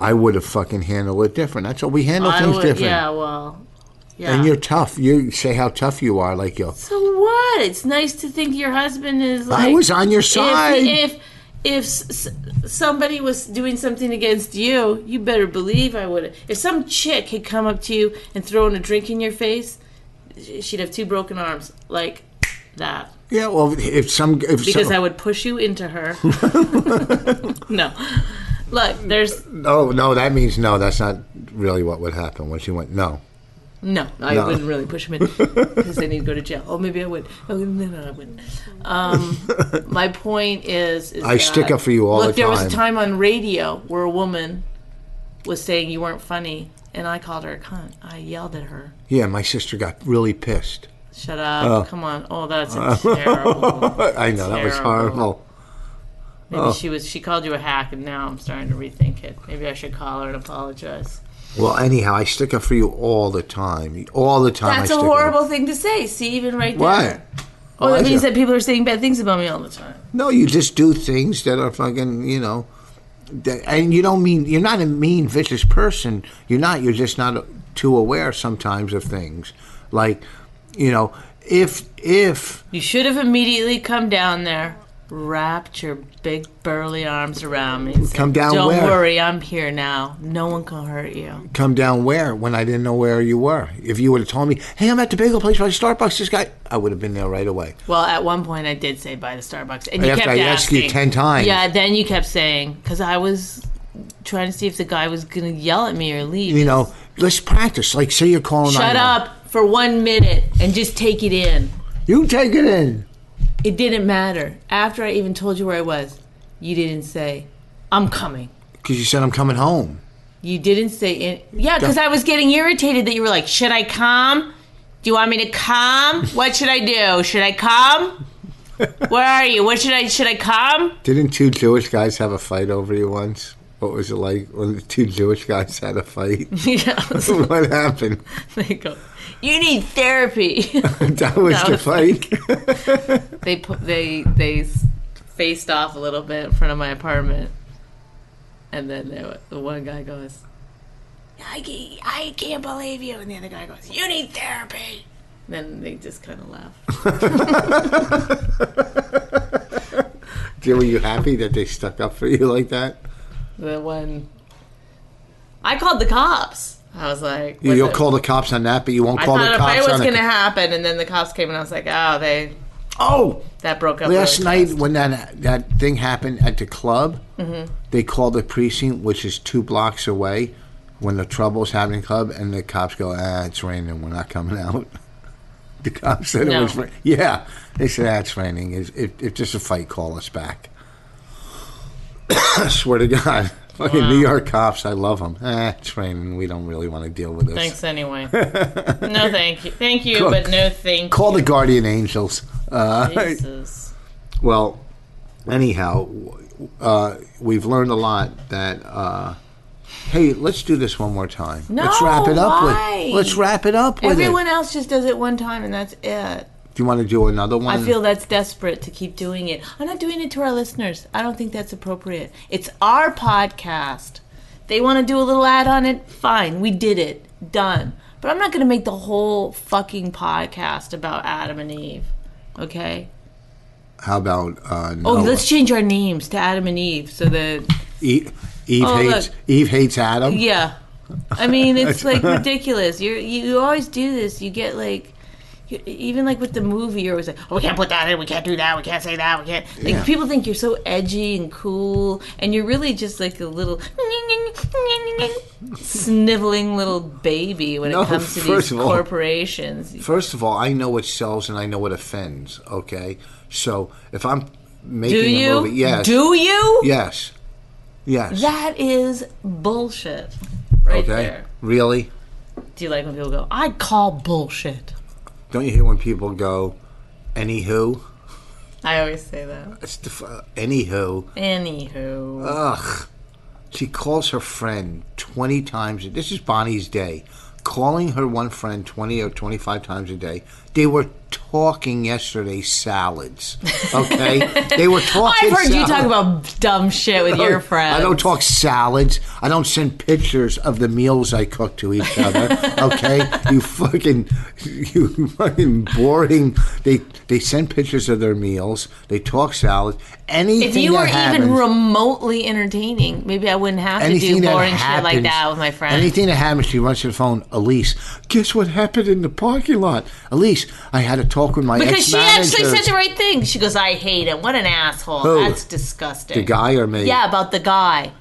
[SPEAKER 2] I would have fucking handled it different. That's all. We handle
[SPEAKER 1] I
[SPEAKER 2] things
[SPEAKER 1] would,
[SPEAKER 2] different.
[SPEAKER 1] yeah, well, yeah.
[SPEAKER 2] And you're tough. You say how tough you are, like yo.
[SPEAKER 1] So what? It's nice to think your husband is like.
[SPEAKER 2] I was on your side.
[SPEAKER 1] If if, if s- s- somebody was doing something against you, you better believe I would. If some chick had come up to you and thrown a drink in your face, sh- she'd have two broken arms like that
[SPEAKER 2] yeah, well, if some if
[SPEAKER 1] because
[SPEAKER 2] some,
[SPEAKER 1] I would push you into her. no. Look, there's
[SPEAKER 2] oh no, that means no. That's not really what would happen when she went. No,
[SPEAKER 1] no. I
[SPEAKER 2] No.
[SPEAKER 1] wouldn't really push him in because then he'd go to jail. Oh, maybe I would. Oh, no, no, I wouldn't. Um, my point is, is
[SPEAKER 2] I stick
[SPEAKER 1] that-
[SPEAKER 2] up for you all
[SPEAKER 1] Look,
[SPEAKER 2] the
[SPEAKER 1] there
[SPEAKER 2] time.
[SPEAKER 1] was a time on radio where a woman was saying you weren't funny, and I called her a cunt. I yelled at her.
[SPEAKER 2] yeah, my sister got really pissed.
[SPEAKER 1] Shut up! Come on! Oh, that's a terrible.
[SPEAKER 2] I know that was
[SPEAKER 1] Terrible.
[SPEAKER 2] horrible.
[SPEAKER 1] Maybe she was. She called you a hack, and now I'm starting to rethink it. Maybe I should call her and apologize.
[SPEAKER 2] Well, anyhow, I stick up for you all the time. All the time.
[SPEAKER 1] That's
[SPEAKER 2] I
[SPEAKER 1] a
[SPEAKER 2] stick
[SPEAKER 1] horrible
[SPEAKER 2] Up.
[SPEAKER 1] thing to say. See, even right
[SPEAKER 2] Why?
[SPEAKER 1] there. Oh,
[SPEAKER 2] Why
[SPEAKER 1] that
[SPEAKER 2] is
[SPEAKER 1] means
[SPEAKER 2] it?
[SPEAKER 1] that people are saying bad things about me all the time.
[SPEAKER 2] No, you just do things that are fucking, you know, that, and you don't mean you're not a mean, vicious person. You're not. You're just not too aware sometimes of things, like, you know, if if
[SPEAKER 1] You should have immediately come down there, wrapped your big burly arms around me. and said,
[SPEAKER 2] Come down
[SPEAKER 1] Don't
[SPEAKER 2] where?
[SPEAKER 1] worry, I'm here now. No one can hurt you.
[SPEAKER 2] come down where when I didn't know where you were. If you would have told me, hey, I'm at the bagel place by Starbucks, this guy, I would have been there right away.
[SPEAKER 1] Well, at one point I did say bye to Starbucks, and you
[SPEAKER 2] After
[SPEAKER 1] kept
[SPEAKER 2] I asked
[SPEAKER 1] asking
[SPEAKER 2] you 10 times.
[SPEAKER 1] Yeah, then you kept saying because I was trying to see if the guy was gonna yell at me or leave.
[SPEAKER 2] You know, let's practice. Like, say you're calling.
[SPEAKER 1] Shut
[SPEAKER 2] 911.
[SPEAKER 1] up for one minute and just take it in.
[SPEAKER 2] You take it in.
[SPEAKER 1] It didn't matter. After I even told you where I was, you didn't say, "I'm coming."
[SPEAKER 2] Because you said I'm coming home.
[SPEAKER 1] You didn't say it. Yeah, because I was getting irritated that you were like, should I come? Do you want me to come? What should I do? Should I come? Where are you? What should I? Should I come?
[SPEAKER 2] Didn't two Jewish guys have a fight over you once? What was it like when the two Jewish guys had a fight?
[SPEAKER 1] Yeah.
[SPEAKER 2] what happened?
[SPEAKER 1] they go. You need therapy.
[SPEAKER 2] That was
[SPEAKER 1] That
[SPEAKER 2] the
[SPEAKER 1] was
[SPEAKER 2] fight.
[SPEAKER 1] they put they they s- faced off a little bit in front of my apartment, and then they, were- the one guy goes, I can't, I can't believe you, and the other guy goes, you need therapy. Then they just kind of laugh.
[SPEAKER 2] Jill, were you happy that they stuck up for you like that?
[SPEAKER 1] the one I called the cops. I was like,
[SPEAKER 2] You,
[SPEAKER 1] was
[SPEAKER 2] you'll
[SPEAKER 1] it-
[SPEAKER 2] call the cops on that, but you won't
[SPEAKER 1] I
[SPEAKER 2] call
[SPEAKER 1] thought
[SPEAKER 2] the
[SPEAKER 1] a
[SPEAKER 2] cops
[SPEAKER 1] fight
[SPEAKER 2] on
[SPEAKER 1] was
[SPEAKER 2] the-
[SPEAKER 1] going to happen, and then the cops came, and I was like, oh, they
[SPEAKER 2] Oh,
[SPEAKER 1] that broke up.
[SPEAKER 2] last
[SPEAKER 1] really
[SPEAKER 2] night
[SPEAKER 1] fast.
[SPEAKER 2] when that that thing happened at the club,
[SPEAKER 1] Mm-hmm.
[SPEAKER 2] they called the precinct, which is two blocks away, when the trouble's happening in the club, and the cops go, "Ah, it's raining. We're not coming out." The cops said it
[SPEAKER 1] No.
[SPEAKER 2] was. Ra- yeah, they said, "Ah, it's raining. If, if, if there's a fight, call us back." I swear to God, fucking New York cops, I love them. Ah, it's raining. We don't really want to deal with this.
[SPEAKER 1] Thanks anyway. no, thank you. Thank you,
[SPEAKER 2] Cool.
[SPEAKER 1] but no, thank
[SPEAKER 2] Call the guardian angels. Uh,
[SPEAKER 1] you. Jesus.
[SPEAKER 2] Well, anyhow, w- uh, we've learned a lot that. Uh, hey, let's do this one more time. let's
[SPEAKER 1] No,
[SPEAKER 2] wrap it up
[SPEAKER 1] why?
[SPEAKER 2] with. Let's wrap it up with
[SPEAKER 1] Everyone
[SPEAKER 2] it.
[SPEAKER 1] else just does it one time, and that's it.
[SPEAKER 2] Do you want to do another one?
[SPEAKER 1] I feel that's desperate to keep doing it. I'm not doing it to our listeners. I don't think that's appropriate. It's our podcast. They want to do a little ad on it. Fine. We did it. Done. But I'm not going to make the whole fucking podcast about Adam and Eve. Okay?
[SPEAKER 2] How about uh,
[SPEAKER 1] Oh,
[SPEAKER 2] Noah?
[SPEAKER 1] let's change our names to Adam and Eve so that.
[SPEAKER 2] Eve, E, Eve
[SPEAKER 1] Oh,
[SPEAKER 2] hates
[SPEAKER 1] look.
[SPEAKER 2] Eve hates Adam.
[SPEAKER 1] Yeah. I mean, it's like ridiculous. You're, you you always do this. You get like. you- Even like with the movie, you're always like, "Oh, we can't put that in. We can't do that. We can't say that. We can't." Like
[SPEAKER 2] Yeah.
[SPEAKER 1] people think you're so edgy and cool, and you're really just like a little sniveling little baby when
[SPEAKER 2] No,
[SPEAKER 1] it comes to
[SPEAKER 2] first
[SPEAKER 1] these
[SPEAKER 2] of all-
[SPEAKER 1] corporations.
[SPEAKER 2] First of all, I know what sells and I know what offends. Okay, so if I'm making
[SPEAKER 1] Do
[SPEAKER 2] a
[SPEAKER 1] you?
[SPEAKER 2] movie. Yes.
[SPEAKER 1] Do you?
[SPEAKER 2] yes. Yes.
[SPEAKER 1] That is bullshit. Right
[SPEAKER 2] okay.
[SPEAKER 1] there.
[SPEAKER 2] Really?
[SPEAKER 1] Do you like when people go, I call bullshit?
[SPEAKER 2] Don't you hear when people go, anywho?
[SPEAKER 1] I always say that.
[SPEAKER 2] It's the, f- uh, anywho.
[SPEAKER 1] Anywho.
[SPEAKER 2] Uh, Ugh. She calls her friend 20 times. This is Bonnie's day. Calling her one friend 20 or 25 times a day. They were talking yesterday salads. Okay? they were talking
[SPEAKER 1] I've heard you
[SPEAKER 2] salads. Oh,
[SPEAKER 1] talk about dumb shit with your friends.
[SPEAKER 2] I don't talk salads. I don't send pictures of the meals I cook to each other. Okay, you fucking, you fucking boring. They they send pictures of their meals. They talk salads. Anything
[SPEAKER 1] If you
[SPEAKER 2] that
[SPEAKER 1] were even
[SPEAKER 2] happens,
[SPEAKER 1] remotely entertaining, maybe I wouldn't have to
[SPEAKER 2] anything
[SPEAKER 1] do
[SPEAKER 2] that
[SPEAKER 1] boring shit
[SPEAKER 2] happens,
[SPEAKER 1] like that with my friends.
[SPEAKER 2] Anything that happens, she runs to the phone. Elise, guess what happened in the parking lot? Elise, I had a talk with my
[SPEAKER 1] because she
[SPEAKER 2] ex-manager.
[SPEAKER 1] actually said the right thing. She goes, I hate him. What an asshole.
[SPEAKER 2] Who?
[SPEAKER 1] That's disgusting.
[SPEAKER 2] the guy or me.
[SPEAKER 1] Yeah, about the guy.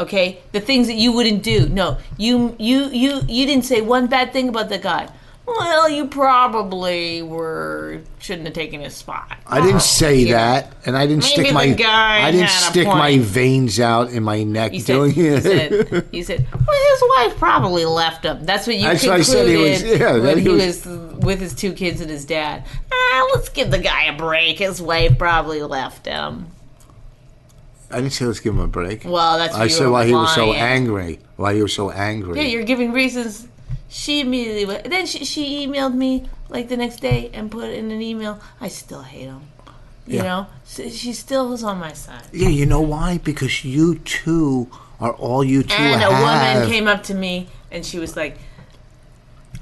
[SPEAKER 1] Okay, the things that you wouldn't do. No, you you you you didn't say one bad thing about the guy. Well, you probably were shouldn't have taken his spot.
[SPEAKER 2] I didn't say that, and I didn't
[SPEAKER 1] Oh, Maybe
[SPEAKER 2] stick my
[SPEAKER 1] the guy
[SPEAKER 2] I didn't
[SPEAKER 1] had a
[SPEAKER 2] stick my
[SPEAKER 1] point.
[SPEAKER 2] veins out in my neck
[SPEAKER 1] You said,
[SPEAKER 2] doing
[SPEAKER 1] you
[SPEAKER 2] it.
[SPEAKER 1] said, you said, well, his wife probably left him. That's what you
[SPEAKER 2] That's what I
[SPEAKER 1] concluded
[SPEAKER 2] said he was- yeah, that
[SPEAKER 1] when
[SPEAKER 2] he
[SPEAKER 1] he
[SPEAKER 2] was-
[SPEAKER 1] was, with his two kids and his dad. Ah, let's give the guy a break. His wife probably left him.
[SPEAKER 2] I didn't say let's give him a break.
[SPEAKER 1] Well, that's what
[SPEAKER 2] I
[SPEAKER 1] you
[SPEAKER 2] said
[SPEAKER 1] were
[SPEAKER 2] why he was so
[SPEAKER 1] implying.
[SPEAKER 2] angry. Why he was so angry.
[SPEAKER 1] Yeah, you're giving reasons. She immediately went. Then she, she emailed me like the next day and put in an email. I still hate him. You
[SPEAKER 2] Yeah.
[SPEAKER 1] know, so she still was on my side.
[SPEAKER 2] Yeah, you know why? Because you two are all you two
[SPEAKER 1] And a
[SPEAKER 2] have.
[SPEAKER 1] woman came up to me and she was like,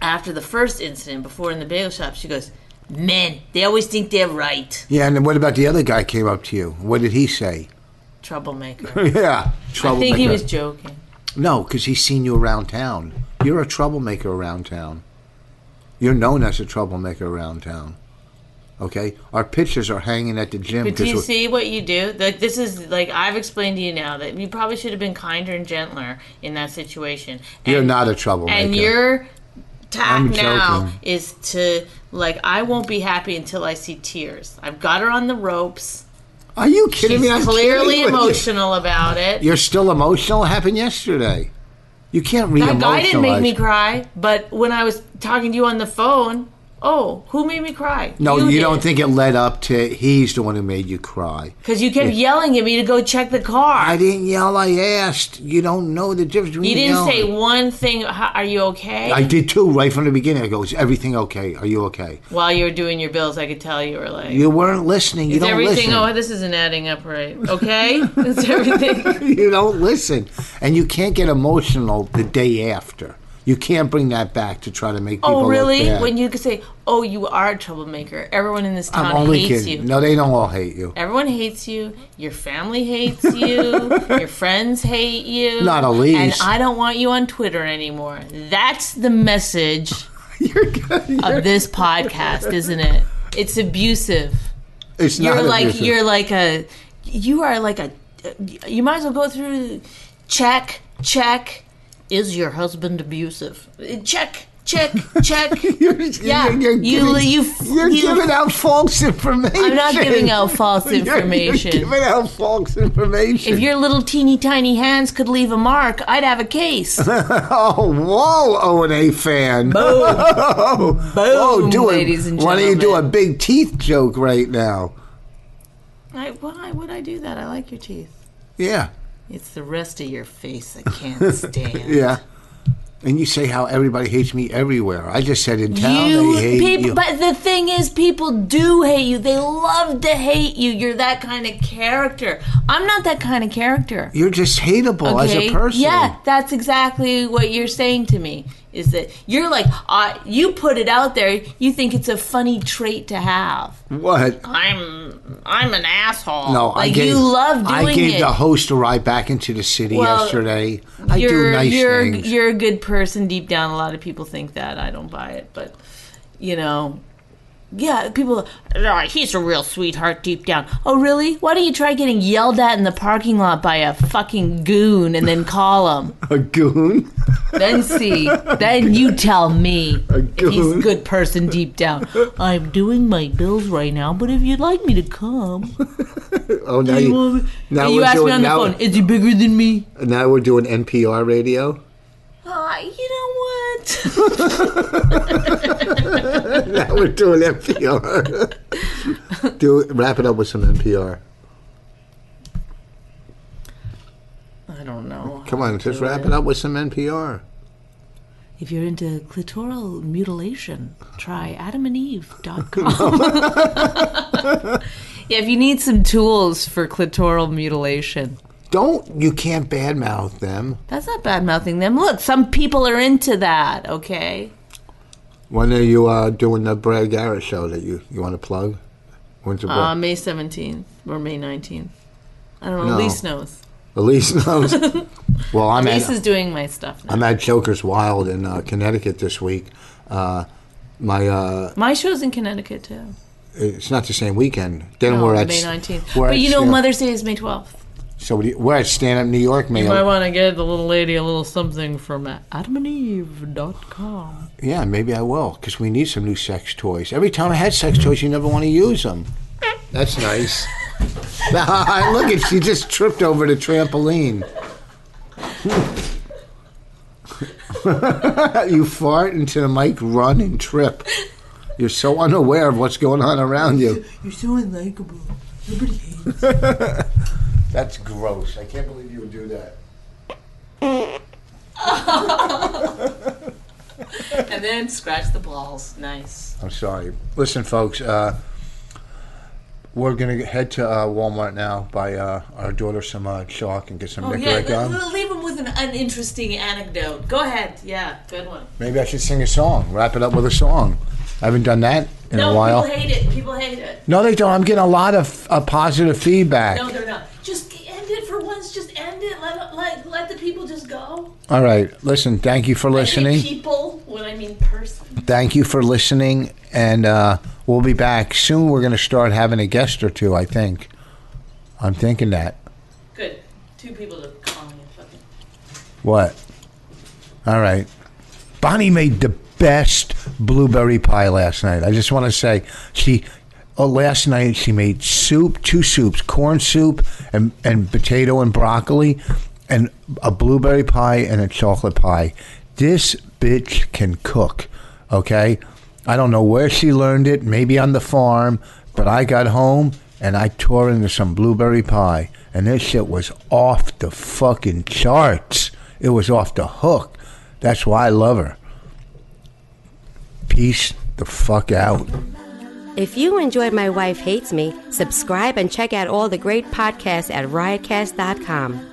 [SPEAKER 1] after the first incident, before in the bagel shop, she goes, "Men, they always think they're right."
[SPEAKER 2] yeah, and then what about the other guy came up to you? What did he say?
[SPEAKER 1] Troublemaker.
[SPEAKER 2] yeah,
[SPEAKER 1] I
[SPEAKER 2] troublemaker.
[SPEAKER 1] think he was joking.
[SPEAKER 2] no, because he's seen you around town. You're a troublemaker around town. You're known as a troublemaker around town. Okay, our pictures are hanging at the gym.
[SPEAKER 1] But do
[SPEAKER 2] 'cause
[SPEAKER 1] you
[SPEAKER 2] we're-
[SPEAKER 1] see what you do? Like this is like I've explained to you now that you probably should have been kinder and gentler in that situation. And,
[SPEAKER 2] You're not a troublemaker.
[SPEAKER 1] and your tack
[SPEAKER 2] I'm
[SPEAKER 1] now
[SPEAKER 2] joking.
[SPEAKER 1] is to like I won't be happy until I see tears. I've got her on the ropes.
[SPEAKER 2] Are you kidding
[SPEAKER 1] She's
[SPEAKER 2] me? I'm
[SPEAKER 1] clearly
[SPEAKER 2] kidding with you.
[SPEAKER 1] emotional about it.
[SPEAKER 2] You're still emotional. It happened yesterday. You can't re
[SPEAKER 1] That guy
[SPEAKER 2] emotionalize.
[SPEAKER 1] didn't make me cry, but when I was talking to you on the phone, oh, who made me cry?
[SPEAKER 2] No, you, don't think it led up to he's the one who made you cry.
[SPEAKER 1] because you kept yelling at me to go check the car.
[SPEAKER 2] I didn't yell. I asked. You don't know the difference between
[SPEAKER 1] you didn't
[SPEAKER 2] yelling.
[SPEAKER 1] say one thing. "How- Are you okay?
[SPEAKER 2] I did too, right from the beginning. I go, "Is everything okay? Are you okay?"
[SPEAKER 1] While you were doing your bills, I could tell you were like,
[SPEAKER 2] You weren't listening. You
[SPEAKER 1] "Is
[SPEAKER 2] don't
[SPEAKER 1] everything?
[SPEAKER 2] listen.
[SPEAKER 1] Oh, this isn't adding up right. Okay, is everything?
[SPEAKER 2] you don't listen, and you can't get emotional the day after. You can't bring that back to try to make people.
[SPEAKER 1] Oh,
[SPEAKER 2] look
[SPEAKER 1] really?
[SPEAKER 2] bad.
[SPEAKER 1] When you could say, "Oh, you are a troublemaker. Everyone in this town
[SPEAKER 2] I'm only
[SPEAKER 1] hates
[SPEAKER 2] kidding.
[SPEAKER 1] you."
[SPEAKER 2] No, they don't all hate you.
[SPEAKER 1] Everyone hates you. Your family hates you. your friends hate you.
[SPEAKER 2] Not at least.
[SPEAKER 1] And I don't want you on Twitter anymore. That's the message
[SPEAKER 2] You're good.
[SPEAKER 1] of this podcast, isn't it? It's abusive.
[SPEAKER 2] It's
[SPEAKER 1] You're
[SPEAKER 2] not
[SPEAKER 1] like
[SPEAKER 2] abusive.
[SPEAKER 1] you're like a you are like a you might as well go through check check is your husband abusive? Check check check.
[SPEAKER 2] You're,
[SPEAKER 1] Yeah,
[SPEAKER 2] you're, you're
[SPEAKER 1] you-
[SPEAKER 2] giving,
[SPEAKER 1] you-
[SPEAKER 2] are
[SPEAKER 1] you-
[SPEAKER 2] giving out false information.
[SPEAKER 1] I'm not giving out false
[SPEAKER 2] You're- you're
[SPEAKER 1] information.
[SPEAKER 2] giving out false information.
[SPEAKER 1] if your little teeny tiny hands could leave a mark, I'd have a case.
[SPEAKER 2] oh, whoa, O and A fan. Whoa, whoa, do
[SPEAKER 1] ladies
[SPEAKER 2] it.
[SPEAKER 1] and
[SPEAKER 2] Why don't you do a
[SPEAKER 1] gentlemen.
[SPEAKER 2] big teeth joke right now?
[SPEAKER 1] I, why would I do that? I like your teeth.
[SPEAKER 2] Yeah,
[SPEAKER 1] It's the rest of your face I can't stand.
[SPEAKER 2] yeah. And you say how everybody hates me everywhere. I just said in town
[SPEAKER 1] You
[SPEAKER 2] they hate
[SPEAKER 1] people,
[SPEAKER 2] you.
[SPEAKER 1] but the thing is, people do hate you. They love to hate you. You're that kind of character. I'm not that kind of character.
[SPEAKER 2] You're just hateable as a person.
[SPEAKER 1] Yeah, that's exactly what you're saying to me. Is that you're like uh, you put it out there. You think it's a funny trait to have.
[SPEAKER 2] What?
[SPEAKER 1] I'm I'm an asshole.
[SPEAKER 2] No, I
[SPEAKER 1] like
[SPEAKER 2] gave,
[SPEAKER 1] you love doing
[SPEAKER 2] I gave
[SPEAKER 1] it.
[SPEAKER 2] the host a ride back into the city
[SPEAKER 1] Well,
[SPEAKER 2] yesterday. I do
[SPEAKER 1] you're,
[SPEAKER 2] nice
[SPEAKER 1] you're,
[SPEAKER 2] things.
[SPEAKER 1] You're a good person deep down. A lot of people think that. I don't buy it, but you know, yeah, people. "Ah, he's a real sweetheart deep down. Oh, really? Why don't you try getting yelled at in the parking lot by a fucking goon and then call him?
[SPEAKER 2] a goon.
[SPEAKER 1] Then see. Then you tell me if he's a
[SPEAKER 2] goon.
[SPEAKER 1] good person deep down. I'm doing my bills right now, but if you'd like me to come,
[SPEAKER 2] Oh, now
[SPEAKER 1] you,
[SPEAKER 2] you,
[SPEAKER 1] want me-
[SPEAKER 2] now
[SPEAKER 1] And
[SPEAKER 2] we're
[SPEAKER 1] you asked me
[SPEAKER 2] doing-
[SPEAKER 1] on the
[SPEAKER 2] now-
[SPEAKER 1] phone, is he bigger than me?
[SPEAKER 2] now we're doing NPR radio.
[SPEAKER 1] Uh, you know what?
[SPEAKER 2] Now we're doing NPR. Do wrap it up with some NPR.
[SPEAKER 3] I don't know.
[SPEAKER 2] Come on, just wrap it up with some NPR.
[SPEAKER 1] If you're into clitoral mutilation, try adamandeve.com. yeah, if you need some tools for clitoral mutilation,
[SPEAKER 2] Don't you can't badmouth them.
[SPEAKER 1] that's not bad mouthing them. Look, some people are into that, okay?
[SPEAKER 2] When are you uh, doing the Brad Garrett show that you, you want to plug? When's the
[SPEAKER 3] Uh,
[SPEAKER 2] um,
[SPEAKER 3] May 17th or May 19th. I don't know.
[SPEAKER 2] No.
[SPEAKER 3] Elise knows.
[SPEAKER 2] Elise knows. well, I'm
[SPEAKER 3] Elise
[SPEAKER 2] at,
[SPEAKER 3] is doing my stuff now.
[SPEAKER 2] I'm at Joker's Wild in uh, Connecticut this week. Uh, my uh,
[SPEAKER 3] My show's in Connecticut too.
[SPEAKER 2] it's not the same weekend. Then
[SPEAKER 3] No,
[SPEAKER 2] we're at
[SPEAKER 3] Oh, May
[SPEAKER 2] s-
[SPEAKER 3] 19th.
[SPEAKER 2] we're
[SPEAKER 3] But
[SPEAKER 2] at
[SPEAKER 3] you know,
[SPEAKER 2] stand-
[SPEAKER 3] Mother's Day is May 12th.
[SPEAKER 2] So we- we're at Stand Up New York, May.
[SPEAKER 3] You might want to give the little lady a little something from adamandeve.com.
[SPEAKER 2] Yeah, maybe I will, because we need some new sex toys. Every time I had sex toys, you never want to use them. That's nice. Look at she just tripped over the trampoline. you fart into the mic, run and trip. You're so unaware of what's going on around you.
[SPEAKER 1] You're so unlikable. Nobody hates
[SPEAKER 2] That's gross. I can't believe you would do that.
[SPEAKER 3] And then scratch the balls. Nice.
[SPEAKER 2] I'm sorry. Listen, folks, uh, we're going to head to uh, Walmart now, buy uh, our daughter some uh, chalk and get some
[SPEAKER 3] Oh, yeah,
[SPEAKER 2] Nicorette
[SPEAKER 3] le-
[SPEAKER 2] gum.
[SPEAKER 3] le- leave him with an uninteresting anecdote. Go ahead. Yeah, good one.
[SPEAKER 2] Maybe I should sing a song. Wrap it up with a song. I haven't done that in
[SPEAKER 3] No,
[SPEAKER 2] a while.
[SPEAKER 3] people hate it. People hate it.
[SPEAKER 2] no, they don't. I'm getting a lot of uh, positive feedback.
[SPEAKER 3] No, they're not. Just end it for once. Just end it. Let let, let the people just go.
[SPEAKER 2] All right. Listen, thank you for
[SPEAKER 3] I say
[SPEAKER 2] listening.
[SPEAKER 3] people, when I mean person.
[SPEAKER 2] Thank you for listening. And uh, we'll be back soon. We're going to start having a guest or two, I think. I'm thinking that.
[SPEAKER 3] Good. Two people to call me a fucking.
[SPEAKER 2] What? All right. Bonnie made the best blueberry pie last night. I just want to say she oh, last night she made soup, two soups, corn soup and and potato and broccoli and a blueberry pie and a chocolate pie. This bitch can cook, okay? I don't know where she learned it, maybe on the farm, but I got home and I tore into some blueberry pie and this shit was off the fucking charts. It was off the hook. That's why I love her. Peace the fuck out.
[SPEAKER 6] If you enjoyed My Wife Hates Me, subscribe and check out all the great podcasts at riotcast.com.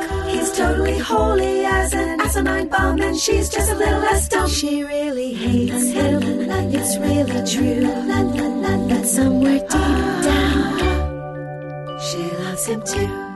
[SPEAKER 7] He's totally holy as an asinine bomb, and she's just a little less dumb. She really hates him, it's really true. But somewhere deep down, she loves him too.